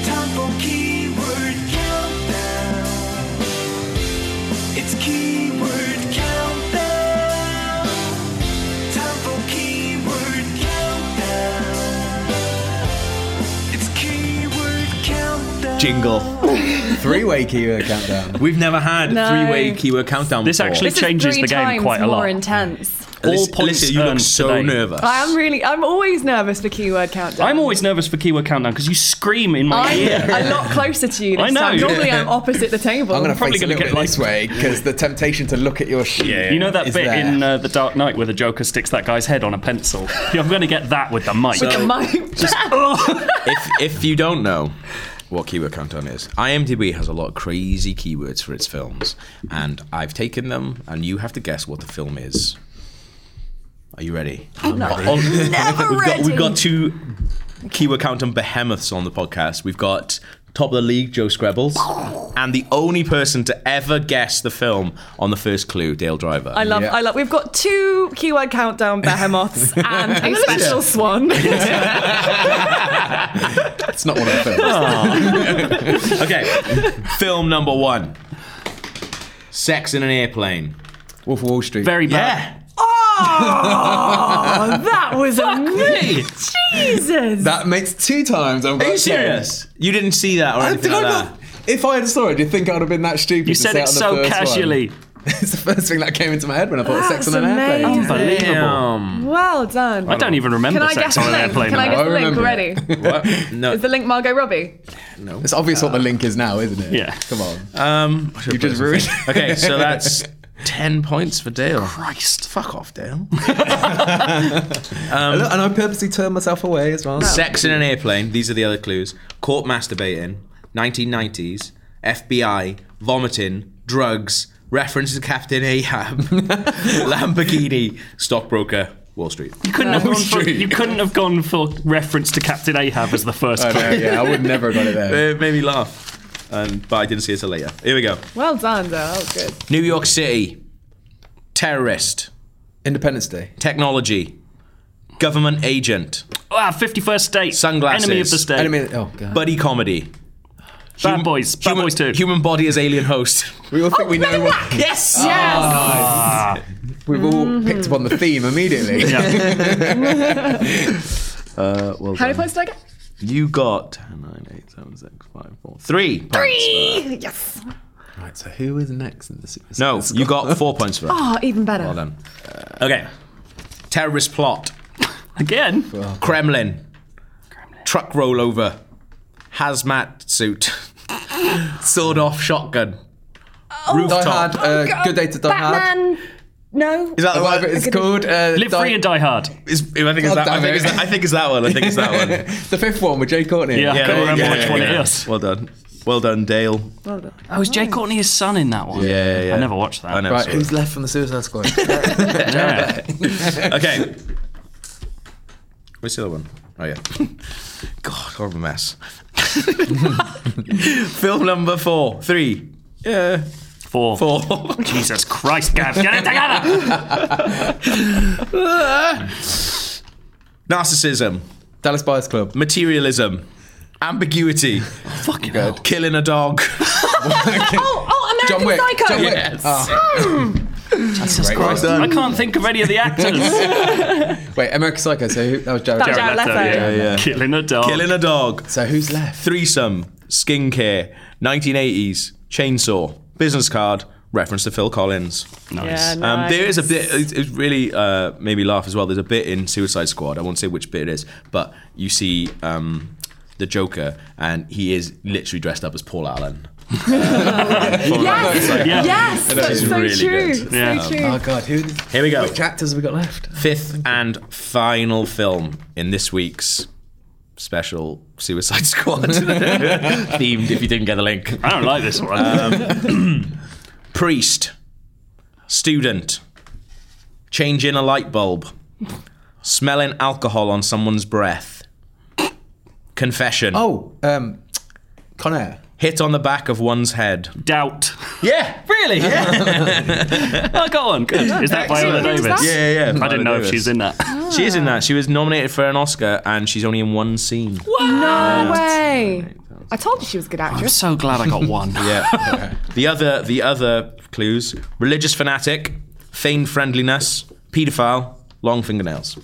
[SPEAKER 8] Time for keyword countdown. It's keyword countdown. Time for keyword countdown. It's keyword countdown.
[SPEAKER 2] Jingle.
[SPEAKER 3] Three-way keyword countdown.
[SPEAKER 2] We've never had
[SPEAKER 4] No.
[SPEAKER 2] three-way keyword countdown.
[SPEAKER 5] This
[SPEAKER 2] before.
[SPEAKER 5] actually
[SPEAKER 4] This is
[SPEAKER 5] changes
[SPEAKER 4] three
[SPEAKER 5] the game
[SPEAKER 4] times
[SPEAKER 5] quite a
[SPEAKER 4] more
[SPEAKER 5] lot.
[SPEAKER 4] intense
[SPEAKER 5] all
[SPEAKER 2] Alyssa-
[SPEAKER 5] points
[SPEAKER 2] Alyssa, you look
[SPEAKER 5] earned
[SPEAKER 2] so
[SPEAKER 5] today.
[SPEAKER 2] nervous.
[SPEAKER 4] I am really. I'm always nervous for keyword countdown.
[SPEAKER 5] I'm always nervous for keyword countdown because you scream in my
[SPEAKER 4] I'm
[SPEAKER 5] ear.
[SPEAKER 4] a lot closer to you. This
[SPEAKER 5] I know.
[SPEAKER 4] Time. Normally, I'm opposite the table.
[SPEAKER 3] I'm going to
[SPEAKER 5] probably
[SPEAKER 3] face it a
[SPEAKER 5] gonna
[SPEAKER 3] little bit
[SPEAKER 5] get,
[SPEAKER 3] this
[SPEAKER 5] like-
[SPEAKER 3] way because the temptation to look at your sheet.
[SPEAKER 5] You know that
[SPEAKER 3] is
[SPEAKER 5] bit
[SPEAKER 3] there.
[SPEAKER 5] in uh, The Dark Knight where the Joker sticks that guy's head on a pencil? Yeah, I'm going to get that with the mic.
[SPEAKER 4] With the mic.
[SPEAKER 2] if if you don't know what keyword countdown is, IMDb has a lot of crazy keywords for its films, and I've taken them, and you have to guess what the film is. Are you ready? I'm
[SPEAKER 4] Never
[SPEAKER 2] we've got we've
[SPEAKER 4] ready.
[SPEAKER 2] got two keyword countdown behemoths on the podcast. We've got top of the league Joe Screbbles, and the only person to ever guess the film on the first clue, Dale Driver.
[SPEAKER 4] I love.
[SPEAKER 3] Yeah.
[SPEAKER 4] I love. We've got two keyword countdown behemoths and a special swan.
[SPEAKER 3] It's not one of the
[SPEAKER 5] Ah.
[SPEAKER 3] films.
[SPEAKER 2] okay, film number one. Sex in an airplane.
[SPEAKER 3] Wolf of Wall Street.
[SPEAKER 5] Very bad.
[SPEAKER 2] Yeah.
[SPEAKER 4] oh, that was amazing. Jesus.
[SPEAKER 3] that makes two times. I'm
[SPEAKER 2] Are you serious? You didn't see that or
[SPEAKER 3] Did
[SPEAKER 2] anything like
[SPEAKER 3] I not?
[SPEAKER 2] that?
[SPEAKER 3] If I had saw it, do you think I would have been that stupid?
[SPEAKER 5] You said it so casually.
[SPEAKER 3] it's the first thing that came into my head when I thought of
[SPEAKER 4] That's
[SPEAKER 3] sex on an airplane.
[SPEAKER 4] amazing.
[SPEAKER 5] Unbelievable.
[SPEAKER 4] Well done.
[SPEAKER 5] I don't even remember
[SPEAKER 4] Can I
[SPEAKER 5] sex
[SPEAKER 4] guess
[SPEAKER 5] on
[SPEAKER 4] the
[SPEAKER 5] an
[SPEAKER 4] link?
[SPEAKER 5] airplane.
[SPEAKER 4] Can I
[SPEAKER 5] now.
[SPEAKER 4] guess the
[SPEAKER 3] I
[SPEAKER 4] link
[SPEAKER 3] remember.
[SPEAKER 4] already?
[SPEAKER 2] What? No.
[SPEAKER 4] Is the link Margot Robbie?
[SPEAKER 3] It's obvious what the link is now, isn't it?
[SPEAKER 5] Yeah.
[SPEAKER 3] Come on.
[SPEAKER 2] Um,
[SPEAKER 3] You just ruined.
[SPEAKER 2] okay, so that's ten points for Dale.
[SPEAKER 5] Christ.
[SPEAKER 2] Fuck off, Dale.
[SPEAKER 3] Look, and I purposely turned myself away as well.
[SPEAKER 2] Sex in an airplane. These are the other clues. Caught masturbating. 1990s. FBI. Vomiting. Drugs. Reference to Captain Ahab. Lamborghini. Stockbroker. Wall Street.
[SPEAKER 5] You couldn't, have gone for,
[SPEAKER 3] Street.
[SPEAKER 5] you couldn't have gone for reference to Captain Ahab as the first clue.
[SPEAKER 3] No, yeah, I would never have got it there.
[SPEAKER 2] Uh, It made me laugh, um, but I didn't see it till later. Here we go.
[SPEAKER 4] Well done, though. That was good.
[SPEAKER 2] New York City. Terrorist.
[SPEAKER 3] Independence Day.
[SPEAKER 2] Technology. Government agent.
[SPEAKER 5] Ah, 51st State.
[SPEAKER 2] Sunglasses.
[SPEAKER 5] Enemy of the State.
[SPEAKER 3] And I mean, oh god.
[SPEAKER 2] Buddy comedy.
[SPEAKER 5] Bad Boys. Bad
[SPEAKER 2] human,
[SPEAKER 5] Boys 2.
[SPEAKER 2] Human body as alien host.
[SPEAKER 3] We all think we know what.
[SPEAKER 2] Yes.
[SPEAKER 3] We've all picked up on the theme immediately.
[SPEAKER 5] Yeah.
[SPEAKER 4] How many points did I get?
[SPEAKER 2] You got 10, 9, 8, 7, 6, 5, 4, 3 points.
[SPEAKER 4] Yes.
[SPEAKER 3] Right. So who is next in the Super
[SPEAKER 2] No, you got 4 points for that.
[SPEAKER 4] Oh, even better.
[SPEAKER 2] Well done. Okay. Terrorist plot.
[SPEAKER 5] Again.
[SPEAKER 2] Kremlin. Truck rollover. Hazmat suit. Sword off shotgun.
[SPEAKER 3] Oh. Die
[SPEAKER 2] Rooftop.
[SPEAKER 3] Hard. Uh, Good Day to Die Hard.
[SPEAKER 4] Batman. No.
[SPEAKER 2] Is that the one?
[SPEAKER 3] Whatever it's called. Uh,
[SPEAKER 5] Live free and die hard.
[SPEAKER 2] Is- I think it's
[SPEAKER 3] God
[SPEAKER 2] that. I
[SPEAKER 3] damn
[SPEAKER 2] think
[SPEAKER 3] it.
[SPEAKER 2] it's that. I think it's that one. I think it's that one.
[SPEAKER 3] The fifth one with Jay Courtney.
[SPEAKER 5] Yeah, I
[SPEAKER 2] Yeah,
[SPEAKER 5] can't remember
[SPEAKER 2] yeah,
[SPEAKER 5] which
[SPEAKER 2] yeah,
[SPEAKER 5] one
[SPEAKER 2] yeah.
[SPEAKER 5] it is.
[SPEAKER 2] Well done. Well done, Dale.
[SPEAKER 4] Well done.
[SPEAKER 5] Oh, was Jay Courtney his son in that one?
[SPEAKER 2] Yeah, yeah.
[SPEAKER 5] I never watched that.
[SPEAKER 2] I know.
[SPEAKER 3] Right,
[SPEAKER 2] sorry.
[SPEAKER 3] who's left from the Suicide Squad?
[SPEAKER 5] Yeah.
[SPEAKER 2] Okay. Where's the other one? Oh yeah. God, what a mess. Film number four, three,
[SPEAKER 5] Four.
[SPEAKER 2] four.
[SPEAKER 5] Jesus Christ, Gav, get it together!
[SPEAKER 2] Narcissism,
[SPEAKER 3] Dallas Buyers Club.
[SPEAKER 2] materialism, ambiguity,
[SPEAKER 5] Fucking hell.
[SPEAKER 2] killing a dog.
[SPEAKER 4] Oh, oh, American
[SPEAKER 3] John Wick.
[SPEAKER 4] Psycho.
[SPEAKER 3] John Wick. Ah,
[SPEAKER 5] Jesus
[SPEAKER 3] great, well
[SPEAKER 5] Christ.
[SPEAKER 3] done.
[SPEAKER 5] I can't think of any of the actors.
[SPEAKER 3] Wait, American Psycho. So who, that was Jared.
[SPEAKER 4] Jared.
[SPEAKER 5] Jared Leto,
[SPEAKER 4] Leto.
[SPEAKER 5] yeah.
[SPEAKER 4] Yeah,
[SPEAKER 5] Killing a dog.
[SPEAKER 2] killing a dog.
[SPEAKER 3] So who's left?
[SPEAKER 2] Threesome, skincare, 1980s, chainsaw, business card. Reference to Phil Collins.
[SPEAKER 5] Nice.
[SPEAKER 4] Yeah,
[SPEAKER 2] Um, There is a
[SPEAKER 4] nice.
[SPEAKER 2] bit. It, it really uh, made me laugh as well. There's a bit in Suicide Squad. I won't say which bit it is, but you see um, the Joker, and he is literally dressed up as Paul Allen.
[SPEAKER 4] Yes.
[SPEAKER 5] Yeah.
[SPEAKER 4] Yes. That's so
[SPEAKER 2] really
[SPEAKER 4] true.
[SPEAKER 2] good.
[SPEAKER 5] Yeah.
[SPEAKER 4] So true.
[SPEAKER 3] Oh god, who?
[SPEAKER 2] Here we go.
[SPEAKER 3] Which actors have we got left?
[SPEAKER 2] Fifth and final film in this week's special Suicide Squad themed. If you didn't get the link,
[SPEAKER 5] I don't like this one.
[SPEAKER 2] Um, priest, student, changing a light bulb, smelling alcohol on someone's breath, confession.
[SPEAKER 3] Oh, um, Conair.
[SPEAKER 2] Hit on the back of one's head.
[SPEAKER 5] Doubt.
[SPEAKER 2] Yeah, really? Yeah,
[SPEAKER 5] Oh, go on. Good. Is that Viola
[SPEAKER 4] Who was
[SPEAKER 5] Davis?
[SPEAKER 4] that?
[SPEAKER 2] yeah, yeah.
[SPEAKER 5] I didn't know if she's in that.
[SPEAKER 2] She is in that. She was nominated for an Oscar, and she's only in one scene.
[SPEAKER 3] Oh,
[SPEAKER 4] No way. I told you she was a good
[SPEAKER 5] I'm
[SPEAKER 4] actress.
[SPEAKER 5] so glad I got one.
[SPEAKER 2] Yeah. the other, the other clues: religious fanatic, feigned friendliness, paedophile, long fingernails.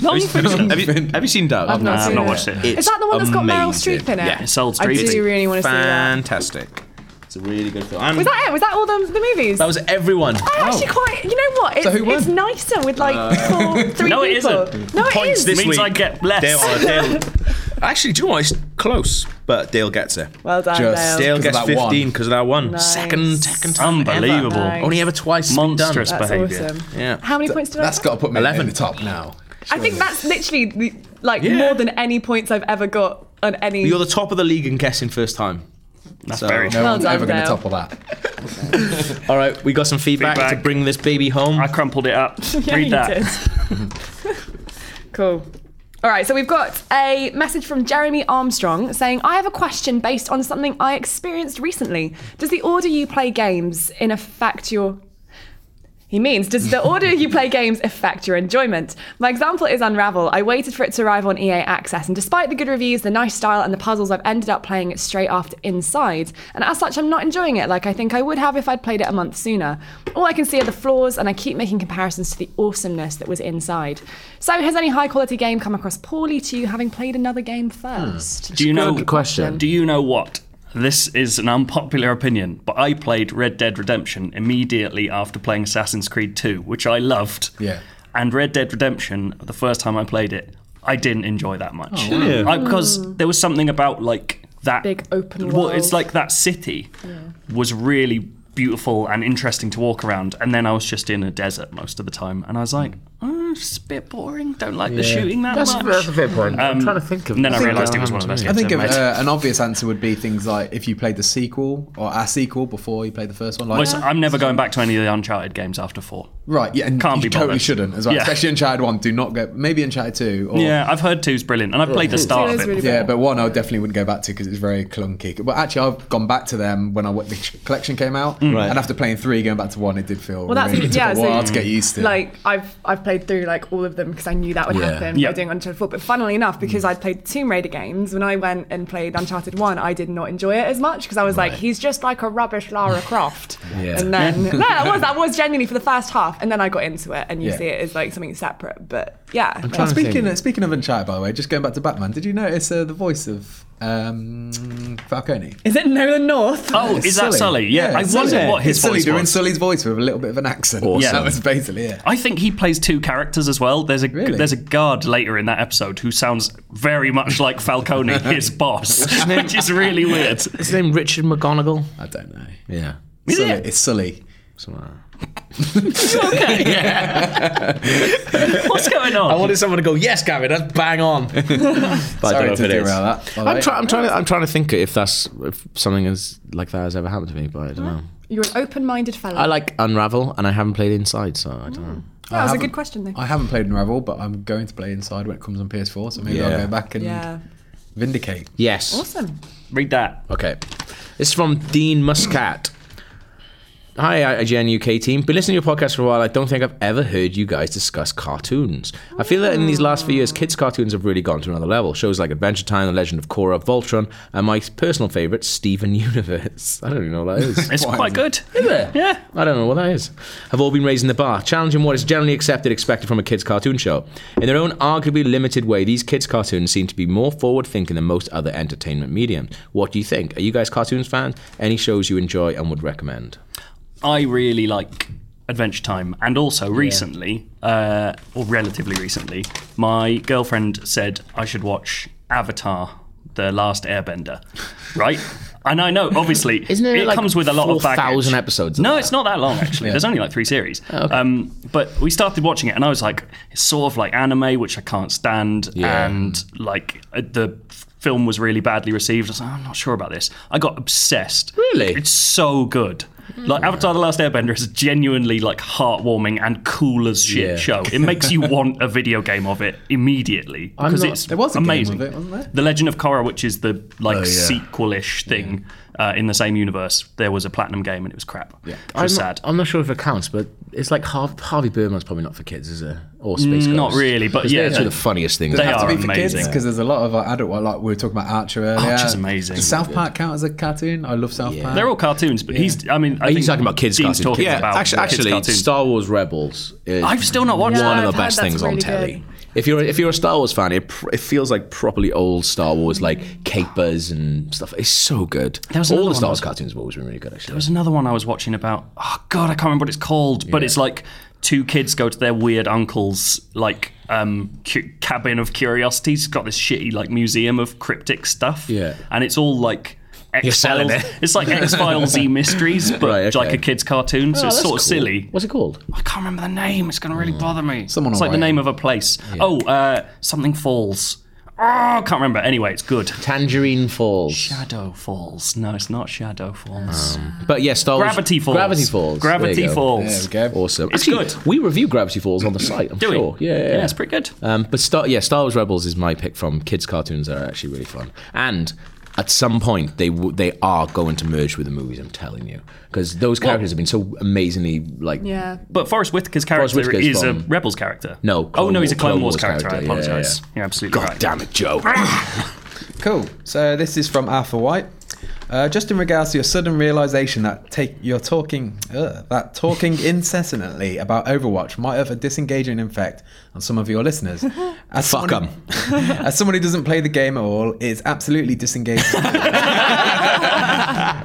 [SPEAKER 5] Long fiction.
[SPEAKER 2] Have you, have you seen Doug?
[SPEAKER 4] I've not
[SPEAKER 5] Nah, I've
[SPEAKER 4] seen
[SPEAKER 5] not
[SPEAKER 4] it.
[SPEAKER 5] watched it.
[SPEAKER 4] Is that the one that's got Meryl
[SPEAKER 2] amazing.
[SPEAKER 4] Streep in it?
[SPEAKER 2] Yeah,
[SPEAKER 5] it's Old
[SPEAKER 4] I
[SPEAKER 5] Streep.
[SPEAKER 4] do really want to see that.
[SPEAKER 2] fantastic. It's a really good film. And
[SPEAKER 4] Was that it? Was that all the, the movies?
[SPEAKER 2] that was oh. everyone.
[SPEAKER 4] I'm actually quite. You know what? It's,
[SPEAKER 3] who won?
[SPEAKER 4] it's nicer with like
[SPEAKER 2] Uh,
[SPEAKER 4] four, three
[SPEAKER 5] No, it
[SPEAKER 4] people.
[SPEAKER 5] isn't.
[SPEAKER 4] No, it
[SPEAKER 2] Points
[SPEAKER 4] is.
[SPEAKER 2] this
[SPEAKER 5] Means
[SPEAKER 2] week.
[SPEAKER 5] I get less.
[SPEAKER 2] Dale, uh, Dale- Actually, do you know what? It's close, but Dale gets it.
[SPEAKER 4] well done, Dale.
[SPEAKER 3] Just-
[SPEAKER 2] Dale
[SPEAKER 3] 'Cause
[SPEAKER 2] gets
[SPEAKER 3] of that one.
[SPEAKER 2] 15 because of that one.
[SPEAKER 4] Nice.
[SPEAKER 2] Second, second time.
[SPEAKER 5] Unbelievable.
[SPEAKER 2] ever. Only ever twice. has been done.
[SPEAKER 5] Monstrous
[SPEAKER 4] That's
[SPEAKER 5] behavior.
[SPEAKER 4] awesome.
[SPEAKER 2] Yeah.
[SPEAKER 4] How many points did
[SPEAKER 3] That's
[SPEAKER 4] I?
[SPEAKER 3] got to put me
[SPEAKER 2] 11.
[SPEAKER 3] in the top now.
[SPEAKER 4] I think that's literally the- like
[SPEAKER 2] Yeah.
[SPEAKER 4] more than any points I've ever got on any.
[SPEAKER 2] You're the top of the league in guessing first time.
[SPEAKER 5] That's
[SPEAKER 2] So-
[SPEAKER 5] very
[SPEAKER 3] No
[SPEAKER 4] Well
[SPEAKER 3] one's
[SPEAKER 4] done,
[SPEAKER 3] ever going to
[SPEAKER 4] Dale.
[SPEAKER 3] topple that.
[SPEAKER 2] All right, we got some feedback,
[SPEAKER 5] Feedback.
[SPEAKER 2] to bring this baby home.
[SPEAKER 5] I crumpled it up.
[SPEAKER 4] yeah,
[SPEAKER 5] Read
[SPEAKER 4] you
[SPEAKER 5] that.
[SPEAKER 4] did. cool. All right, so we've got a message from Jeremy Armstrong saying, I have a question based on something I experienced recently. Does the order you play games in affect your. He means, does the order you play games affect your enjoyment? My example is Unravel. I waited for it to arrive on EA Access, and despite the good reviews, the nice style, and the puzzles, I've ended up playing it straight after Inside. And as such, I'm not enjoying it like I think I would have if I'd played it a month sooner. All I can see are the flaws, and I keep making comparisons to the awesomeness that was Inside. So, has any high quality game come across poorly to you having played another game first?
[SPEAKER 5] Do you know
[SPEAKER 6] Good question.
[SPEAKER 5] Do you know what? This is an unpopular opinion, but I played Red Dead Redemption immediately after playing Assassin's Creed 2, which I loved.
[SPEAKER 3] Yeah.
[SPEAKER 5] And Red Dead Redemption, the first time I played it, I didn't enjoy that much.
[SPEAKER 6] Oh,
[SPEAKER 5] I- because there was something about like that
[SPEAKER 4] Big open
[SPEAKER 5] Well, it's
[SPEAKER 4] world.
[SPEAKER 5] like that city was really beautiful and interesting to walk around, and then I was just in a desert most of the time, and I was like, oh, it's a bit boring. Don't like the shooting that
[SPEAKER 6] That's,
[SPEAKER 5] much.
[SPEAKER 6] that's a fair point. I'm
[SPEAKER 5] Um,
[SPEAKER 6] trying to think of.
[SPEAKER 5] and then I realised it was one of those.
[SPEAKER 6] I
[SPEAKER 3] I think if,
[SPEAKER 5] games I've made.
[SPEAKER 3] uh, an obvious answer would be things like if you played the sequel or a sequel before you played the first one. Like,
[SPEAKER 5] Well, uh, I'm never going back to any of the Uncharted games after four.
[SPEAKER 3] right, yeah, and
[SPEAKER 5] Can't
[SPEAKER 3] you
[SPEAKER 5] be
[SPEAKER 3] totally
[SPEAKER 5] bothered.
[SPEAKER 3] shouldn't as well.
[SPEAKER 5] Yeah.
[SPEAKER 3] Especially Uncharted One. Do not go. Maybe Uncharted Two. Or,
[SPEAKER 5] Yeah, I've heard two's brilliant, and I've played the start of
[SPEAKER 4] is
[SPEAKER 5] it.
[SPEAKER 4] really
[SPEAKER 5] before.
[SPEAKER 3] Yeah, but one I definitely wouldn't go back to because it's very clunky. But actually, I've gone back to them when I when the collection came
[SPEAKER 5] Mm.
[SPEAKER 3] out, and after playing three, going back to one, it did feel.
[SPEAKER 4] Well, that's
[SPEAKER 3] really, it took
[SPEAKER 4] yeah.
[SPEAKER 3] a while
[SPEAKER 4] so,
[SPEAKER 3] to get used to.
[SPEAKER 4] Like I've I've played through like all of them because I knew that would happen
[SPEAKER 5] Yeah.
[SPEAKER 4] by doing Uncharted Four. But funnily enough, because I'd played Tomb Raider games, when I went and played Uncharted One, I did not enjoy it as much because I was like, he's just like a rubbish Lara Croft.
[SPEAKER 2] Yeah.
[SPEAKER 4] And then no, that was that was genuinely for the first half, and then I got into it, and you
[SPEAKER 3] Yeah.
[SPEAKER 4] see it as like something separate. But yeah,
[SPEAKER 3] Oh, speaking speaking of Uncharted, by the way, just going back to Batman, did you notice uh, the voice of um, Falcone?
[SPEAKER 4] is it Nolan North?
[SPEAKER 5] Oh, is that Sully? Yeah, I
[SPEAKER 3] it's
[SPEAKER 5] wondered what his
[SPEAKER 3] it's Sully
[SPEAKER 5] voice
[SPEAKER 3] doing
[SPEAKER 5] was.
[SPEAKER 3] Sully's voice with a little bit of an accent.
[SPEAKER 5] Awesome.
[SPEAKER 3] That was basically it.
[SPEAKER 5] I think he plays two characters as well. There's a
[SPEAKER 3] Really?
[SPEAKER 5] there's a guard later in that episode who sounds very much like Falcone, his boss, which is really weird.
[SPEAKER 2] His name Richard McGonagall.
[SPEAKER 3] I don't know.
[SPEAKER 2] Yeah.
[SPEAKER 3] Sully, It's Sully.
[SPEAKER 5] What's going on?
[SPEAKER 2] I wanted someone to go, yes, Gavin, that's bang on. but I don't know
[SPEAKER 3] Sorry
[SPEAKER 2] if
[SPEAKER 3] to
[SPEAKER 2] it
[SPEAKER 3] derail
[SPEAKER 2] is.
[SPEAKER 3] that. by the
[SPEAKER 2] I'm,
[SPEAKER 3] way.
[SPEAKER 2] try- I'm trying. To, I'm trying to think if that's if something as like that has ever happened to me, but I don't know.
[SPEAKER 4] You're an open-minded fellow.
[SPEAKER 2] I like Unravel, and I haven't played Inside, so I don't know.
[SPEAKER 4] that was a
[SPEAKER 3] haven't-
[SPEAKER 4] good question though.
[SPEAKER 3] I haven't played Unravel, but I'm going to play Inside when it comes on PS4, so maybe I'll
[SPEAKER 2] Yeah.
[SPEAKER 3] go back and
[SPEAKER 4] yeah,
[SPEAKER 3] vindicate.
[SPEAKER 2] Yes.
[SPEAKER 4] awesome.
[SPEAKER 5] Read that.
[SPEAKER 2] Okay. This is from Dean Muscat. Hi, IGN UK team. Been listening to your podcast for a while. I don't think I've ever heard you guys discuss cartoons. I feel that in these last few years, kids' cartoons have really gone to another level. Shows like Adventure Time, The Legend of Korra, Voltron, and my personal favourite, Steven Universe. I don't even know what that is.
[SPEAKER 5] It's quite good.
[SPEAKER 2] Yeah. I don't know what that is. Have all been raising the bar, challenging what is generally accepted, expected from a kids' cartoon show. In their own arguably limited way, these kids' cartoons seem to be more forward thinking than most other entertainment mediums. What do you think? Are you guys cartoons fans? Any shows you enjoy and would recommend?
[SPEAKER 5] I really like Adventure Time, and also recently, uh, or relatively recently, my girlfriend said I should watch Avatar: The Last Airbender, right? And I know, obviously,
[SPEAKER 2] Isn't it like
[SPEAKER 5] comes with a lot of baggage.
[SPEAKER 2] 4,000 episodes of
[SPEAKER 5] No,
[SPEAKER 2] that? Oh,
[SPEAKER 5] it's not that long actually. There's only like three series. Um, but we started watching it, and I was like, it's sort of like anime, which I can't stand,
[SPEAKER 2] Yeah.
[SPEAKER 5] and like uh, the f- film was really badly received. I was like, I'm not sure about this. I got obsessed.
[SPEAKER 2] Really?
[SPEAKER 5] It's so good. Like Avatar: The Last Airbender is a genuinely like heartwarming and cool as shit
[SPEAKER 2] Yeah.
[SPEAKER 5] show. It makes you want a video game of it immediately because
[SPEAKER 2] not-
[SPEAKER 5] it's
[SPEAKER 3] there was a game
[SPEAKER 5] amazing.
[SPEAKER 3] of it, wasn't there?
[SPEAKER 5] The Legend of Korra, which is the like
[SPEAKER 2] Oh,
[SPEAKER 5] sequel-ish thing uh, in the same universe, there was a platinum game and it was crap. Yeah, which was sad.
[SPEAKER 2] I'm not sure if it counts, but it's like Harvey Birdman's probably not for kids, is it? Or Space
[SPEAKER 5] Mm, not Ghost. really, but 'Cause yeah, they're
[SPEAKER 2] They're
[SPEAKER 5] two
[SPEAKER 2] the
[SPEAKER 5] they- of the
[SPEAKER 2] funniest things.
[SPEAKER 5] they I've ever are.
[SPEAKER 3] To be for
[SPEAKER 5] amazing.
[SPEAKER 3] kids because there's a lot of like, adult. Like we were talking about Archer earlier.
[SPEAKER 5] Archer's amazing.
[SPEAKER 3] Does South Park count as a cartoon? I love South Park.
[SPEAKER 5] They're all cartoons, but he's. I mean, I
[SPEAKER 2] Are you
[SPEAKER 5] think
[SPEAKER 2] talking about kids'
[SPEAKER 5] Dean's
[SPEAKER 2] cartoons?
[SPEAKER 5] talking
[SPEAKER 2] yeah,
[SPEAKER 5] about
[SPEAKER 2] actually,
[SPEAKER 5] kids'
[SPEAKER 2] actually
[SPEAKER 5] cartoons.
[SPEAKER 2] Star Wars Rebels. Is
[SPEAKER 5] I've still not watched
[SPEAKER 2] one
[SPEAKER 5] that.
[SPEAKER 2] of
[SPEAKER 4] I've
[SPEAKER 2] the
[SPEAKER 4] heard
[SPEAKER 2] best
[SPEAKER 4] that's
[SPEAKER 2] things on
[SPEAKER 4] really
[SPEAKER 2] telly.
[SPEAKER 4] good.
[SPEAKER 2] If you're if you're a Star Wars fan, it pr- it feels like properly old Star Wars, like capers and stuff. It's so good.
[SPEAKER 5] was
[SPEAKER 2] All
[SPEAKER 5] another
[SPEAKER 2] the Star
[SPEAKER 5] one,
[SPEAKER 2] Wars
[SPEAKER 5] wasn't-
[SPEAKER 2] cartoons have always been really good, actually.
[SPEAKER 5] There was another one I was watching about. Oh God, I can't remember what it's called, but it's like two kids go to their weird uncle's like um, cu- cabin of curiosities. It's got this shitty like museum of cryptic stuff.
[SPEAKER 2] Yeah.
[SPEAKER 5] and it's all like. X
[SPEAKER 2] selling
[SPEAKER 5] Files.
[SPEAKER 2] it.
[SPEAKER 5] It's like X Files E mysteries, but
[SPEAKER 2] Right, okay.
[SPEAKER 5] like a kid's cartoon, so
[SPEAKER 2] Oh, that's
[SPEAKER 5] it's sort of
[SPEAKER 2] cool.
[SPEAKER 5] silly.
[SPEAKER 2] What's it called?
[SPEAKER 5] I can't remember the name. It's going to really
[SPEAKER 2] Mm.
[SPEAKER 5] bother me.
[SPEAKER 3] Someone
[SPEAKER 5] it's
[SPEAKER 3] will
[SPEAKER 5] like the
[SPEAKER 3] write
[SPEAKER 5] name of a place. Oh, uh, something falls. Oh, can't remember. Anyway, it's good.
[SPEAKER 2] Tangerine Falls.
[SPEAKER 5] Shadow Falls. No, it's not Shadow Falls.
[SPEAKER 2] But yeah, Star Wars.
[SPEAKER 5] Gravity Falls.
[SPEAKER 2] Gravity Falls. There
[SPEAKER 5] Gravity
[SPEAKER 2] you go.
[SPEAKER 3] There we
[SPEAKER 5] Falls.
[SPEAKER 3] go.
[SPEAKER 2] Awesome.
[SPEAKER 5] It's
[SPEAKER 2] Actually,
[SPEAKER 5] good.
[SPEAKER 2] We review Gravity Falls on the site. I'm
[SPEAKER 5] Do we?
[SPEAKER 2] sure. Yeah, yeah,
[SPEAKER 5] Yeah, it's pretty good.
[SPEAKER 2] Um, but Star, yeah, Star Wars Rebels is my pick from kids cartoons that are actually really fun. And at some point, they w- they are going to merge with the movies. I'm telling you, because those characters have been so amazingly like.
[SPEAKER 4] Yeah.
[SPEAKER 5] But Forrest Whitaker's character
[SPEAKER 2] Whitaker's
[SPEAKER 5] is a
[SPEAKER 2] from-
[SPEAKER 5] Rebels character.
[SPEAKER 2] No,
[SPEAKER 5] oh
[SPEAKER 2] Clone
[SPEAKER 5] no, he's a
[SPEAKER 2] War-
[SPEAKER 5] Clone,
[SPEAKER 2] Clone
[SPEAKER 5] Wars,
[SPEAKER 2] Wars
[SPEAKER 5] character.
[SPEAKER 2] character,
[SPEAKER 5] I
[SPEAKER 2] yeah,
[SPEAKER 5] apologize. You're absolutely
[SPEAKER 2] God
[SPEAKER 5] right.
[SPEAKER 2] damn it, Joe!
[SPEAKER 3] Cool. So this is from Alpha White. Uh, just in regards to your sudden realization that take you're talking uh, that talking incessantly about Overwatch might have a disengaging effect on some of your listeners. As
[SPEAKER 2] Fuck
[SPEAKER 3] someone- As someone who doesn't play the game at all, it's absolutely disengaging.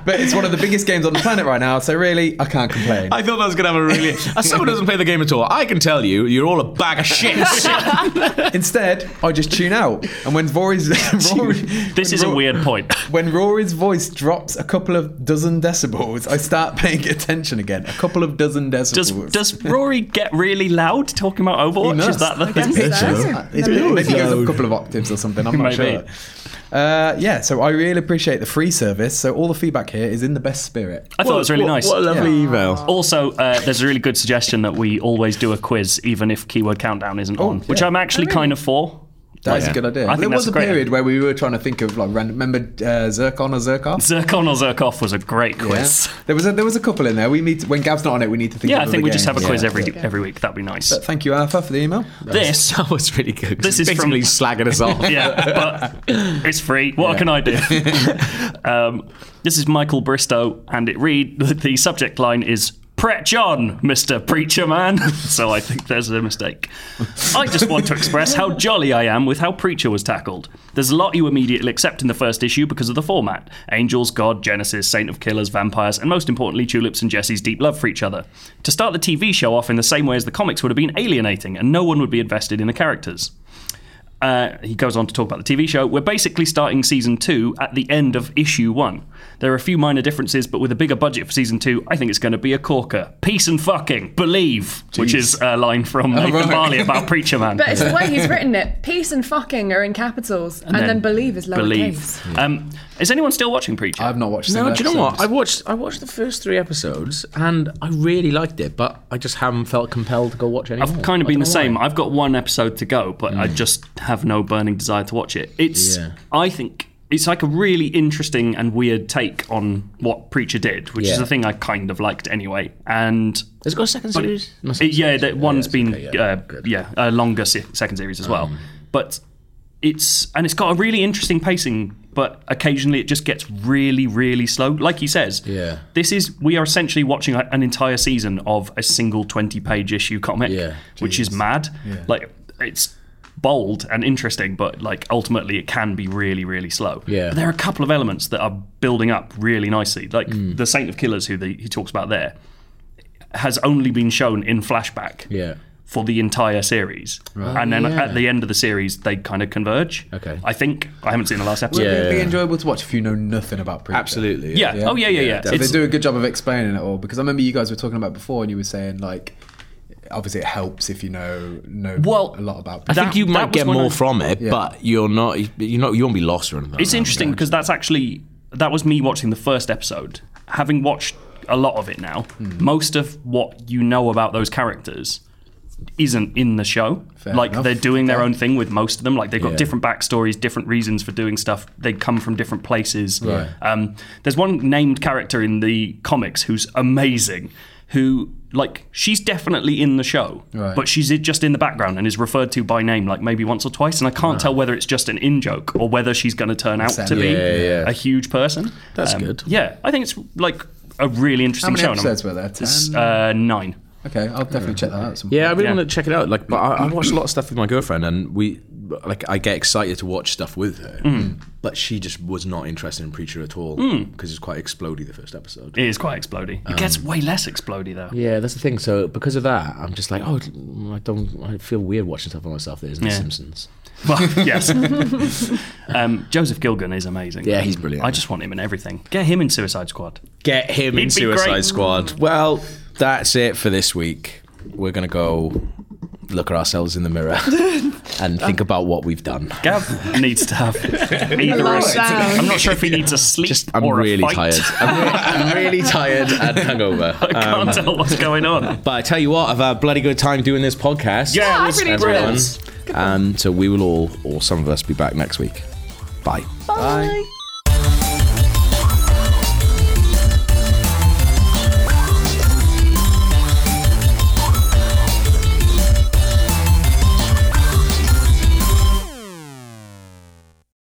[SPEAKER 3] but it's one of the biggest games on the planet right now, so really, I can't complain.
[SPEAKER 2] I thought that was gonna have a really. As someone who doesn't play the game at all, I can tell you, you're all a bag of shit.
[SPEAKER 3] Instead, I just tune out, and when Rory's Rory,
[SPEAKER 5] This
[SPEAKER 3] when
[SPEAKER 5] is a
[SPEAKER 3] Ro-
[SPEAKER 5] weird point.
[SPEAKER 3] When Rory's voice drops a couple of dozen decibels, I start paying attention again. A couple of dozen decibels.
[SPEAKER 5] Does does Rory get really loud talking about Overwatch? Is that the
[SPEAKER 3] His
[SPEAKER 5] thing?
[SPEAKER 3] pitch
[SPEAKER 4] so.
[SPEAKER 3] is- his pitch maybe goes up a couple of octaves or something. I'm
[SPEAKER 5] Maybe.
[SPEAKER 3] not sure. Uh, yeah, so I really appreciate the free service. So all the feedback here is in the best spirit.
[SPEAKER 5] I thought it was really nice.
[SPEAKER 2] What a lovely email.
[SPEAKER 5] Also, uh, there's a really good suggestion that we always do a quiz, even if keyword countdown isn't
[SPEAKER 2] Oh,
[SPEAKER 5] on, which
[SPEAKER 3] yeah.
[SPEAKER 5] I'm actually kind of for.
[SPEAKER 3] That is a good idea.
[SPEAKER 5] I think
[SPEAKER 3] there
[SPEAKER 5] that's
[SPEAKER 3] was a
[SPEAKER 5] a great
[SPEAKER 3] period where we were trying to think of like random. Remember uh, Zircon or Zirkoff?
[SPEAKER 5] Zircon or Zirkoff was a great
[SPEAKER 3] Yeah.
[SPEAKER 5] quiz.
[SPEAKER 3] There was a, there was a couple in there. We need to, when Gav's not on it. We need to think.
[SPEAKER 5] Yeah,
[SPEAKER 3] of
[SPEAKER 5] I think
[SPEAKER 3] other
[SPEAKER 5] we just have a
[SPEAKER 3] games.
[SPEAKER 5] quiz
[SPEAKER 3] Yeah.
[SPEAKER 5] every every week. That'd be nice.
[SPEAKER 3] Thank you, Arthur, for the email.
[SPEAKER 5] this,
[SPEAKER 2] That was really good. 'cause
[SPEAKER 5] This
[SPEAKER 2] it's
[SPEAKER 5] is from-
[SPEAKER 2] basically slagging us off.
[SPEAKER 5] yeah, but it's free. What can I do? um, this is Michael Bristow, and it read the subject line is "Pretch on, Mister Preacher Man." so I think there's a mistake. I just want to express how jolly I am with how Preacher was tackled. There's a lot you immediately accept in the first issue because of the format: angels, God, Genesis, Saint of Killers, vampires, and most importantly, Tulips and Jesse's deep love for each other. To start the TV show off in the same way as the comics would have been alienating, and no one would be invested in the characters uh, he goes on to talk about the TV show. We're basically starting season two at the end of issue one. There are a few minor differences, but with a bigger budget for season two, I think it's going to be a corker. Peace and fucking believe, which is a line from Nathan
[SPEAKER 3] right.
[SPEAKER 5] Barley about Preacher Man.
[SPEAKER 4] But it's the way he's written it. Peace and fucking are in capitals, and, then, believe is lowercase.
[SPEAKER 5] Believe. Um, is anyone still watching Preacher?
[SPEAKER 3] I've not watched. a
[SPEAKER 2] No,
[SPEAKER 3] single
[SPEAKER 2] do you know what?
[SPEAKER 3] episode.
[SPEAKER 2] I watched I watched the first three episodes and I really liked it, but I just haven't felt compelled to go watch any.
[SPEAKER 5] I've kind of been the same. I've got one episode to go, but I just have no burning desire to watch it. It's,
[SPEAKER 2] Mm. Yeah.
[SPEAKER 5] I think, it's like a really interesting and weird take on what Preacher did, which is
[SPEAKER 2] Yeah.
[SPEAKER 5] a thing I kind of liked anyway. And
[SPEAKER 2] Has it got a second
[SPEAKER 5] But
[SPEAKER 2] series? Must
[SPEAKER 5] it-
[SPEAKER 2] have a
[SPEAKER 5] yeah,
[SPEAKER 2] second
[SPEAKER 5] that
[SPEAKER 2] series.
[SPEAKER 5] one's
[SPEAKER 2] it's
[SPEAKER 5] been
[SPEAKER 2] okay,
[SPEAKER 5] yeah, uh,
[SPEAKER 2] good. Mm.
[SPEAKER 5] yeah a longer se- second series as well. but it's and it's got a really interesting pacing, but occasionally it just gets really, really slow. Like he says,
[SPEAKER 2] Yeah.
[SPEAKER 5] this is we are essentially watching a- an entire season of a single twenty-page issue comic,
[SPEAKER 2] Yeah,
[SPEAKER 5] which is mad. Like it's bold and interesting, but like ultimately it can be really, really slow.
[SPEAKER 2] Yeah.
[SPEAKER 5] But there are a couple of elements that are building up really nicely, like
[SPEAKER 2] Mm.
[SPEAKER 5] the Saint of Killers, who the, he talks about there has only been shown in flashback
[SPEAKER 2] Yeah.
[SPEAKER 5] for the entire series. And then
[SPEAKER 2] yeah.
[SPEAKER 5] at the end of the series, they kind of converge.
[SPEAKER 2] Okay.
[SPEAKER 5] I think. I haven't seen the last episode.
[SPEAKER 2] Yeah.
[SPEAKER 3] It'd be enjoyable to watch if you know nothing about Preacher.
[SPEAKER 2] Absolutely.
[SPEAKER 5] Yeah. Oh, yeah, yeah, yeah.
[SPEAKER 3] So
[SPEAKER 5] It's-
[SPEAKER 3] they do a good job of explaining it all because I remember you guys were talking about it before and you were saying like obviously it helps if you know know
[SPEAKER 5] Well,
[SPEAKER 3] a lot about
[SPEAKER 2] I
[SPEAKER 3] Preacher.
[SPEAKER 2] think you
[SPEAKER 5] That- that
[SPEAKER 2] might
[SPEAKER 5] was
[SPEAKER 2] get
[SPEAKER 5] when
[SPEAKER 2] more
[SPEAKER 5] I-
[SPEAKER 2] from it, but you're not you're not you won't be lost or anything.
[SPEAKER 5] It's interesting because that's actually that was me watching the first episode, having watched a lot of it now. Most of what you know about those characters isn't in the show. like
[SPEAKER 3] enough.
[SPEAKER 5] they're doing their own thing with most of them. Like they've got
[SPEAKER 2] Yeah.
[SPEAKER 5] different backstories, different reasons for doing stuff. They come from different places. Um, there's one named character in the comics who's amazing. Who like she's definitely in the show,
[SPEAKER 3] Right.
[SPEAKER 5] but she's just in the background and is referred to by name like maybe once or twice, and I can't tell whether it's just an in joke or whether she's going to turn out to
[SPEAKER 3] Yeah,
[SPEAKER 5] be
[SPEAKER 2] yeah, yeah.
[SPEAKER 5] a huge person. Um,
[SPEAKER 2] That's good.
[SPEAKER 5] Yeah, I think it's like a really
[SPEAKER 3] How
[SPEAKER 5] interesting
[SPEAKER 3] many
[SPEAKER 5] show. and I'm-
[SPEAKER 3] episodes were there? Ten?
[SPEAKER 5] Uh, nine.
[SPEAKER 3] Okay, I'll definitely check that out. at some
[SPEAKER 2] Yeah, I
[SPEAKER 3] point.
[SPEAKER 2] really
[SPEAKER 5] Yeah.
[SPEAKER 2] want to check it out. Like, but I, I watch a lot of stuff with my girlfriend, and we like I get excited to watch stuff with her.
[SPEAKER 5] Mm.
[SPEAKER 2] But she just was not interested in Preacher at all because it's quite explodey the first episode.
[SPEAKER 5] It is quite explodey. It gets way less explodey though.
[SPEAKER 2] Um, yeah, that's the thing. So because of that, I'm just like, oh, I don't. I feel weird watching stuff by myself. That isn't
[SPEAKER 5] The
[SPEAKER 2] The
[SPEAKER 5] Yeah.
[SPEAKER 2] Simpsons.
[SPEAKER 5] Well, yes. um, Joseph Gilgan is amazing.
[SPEAKER 2] Yeah, he's brilliant.
[SPEAKER 5] I just want him in everything. Get him in Suicide Squad.
[SPEAKER 2] Get him
[SPEAKER 5] He'd
[SPEAKER 2] in
[SPEAKER 5] be
[SPEAKER 2] Suicide
[SPEAKER 5] great.
[SPEAKER 2] Squad. Well, that's it for this week. We're gonna go look at ourselves in the mirror and think about what we've done.
[SPEAKER 5] Gav needs to have either.
[SPEAKER 4] Lie
[SPEAKER 5] a-
[SPEAKER 4] down.
[SPEAKER 5] I'm not sure if he needs a sleep
[SPEAKER 2] Just, I'm
[SPEAKER 5] or
[SPEAKER 2] really
[SPEAKER 5] a fight.
[SPEAKER 2] tired. I'm, re- I'm really tired and hungover.
[SPEAKER 5] I can't
[SPEAKER 2] Um,
[SPEAKER 5] tell what's going on.
[SPEAKER 2] But I tell you what, I've had a bloody good time doing this podcast.
[SPEAKER 5] Yeah,
[SPEAKER 4] Yeah, I
[SPEAKER 5] it was
[SPEAKER 4] really enjoyed
[SPEAKER 2] everyone.
[SPEAKER 4] it.
[SPEAKER 2] And so we will all, or some of us, be back next week. Bye.
[SPEAKER 3] Bye.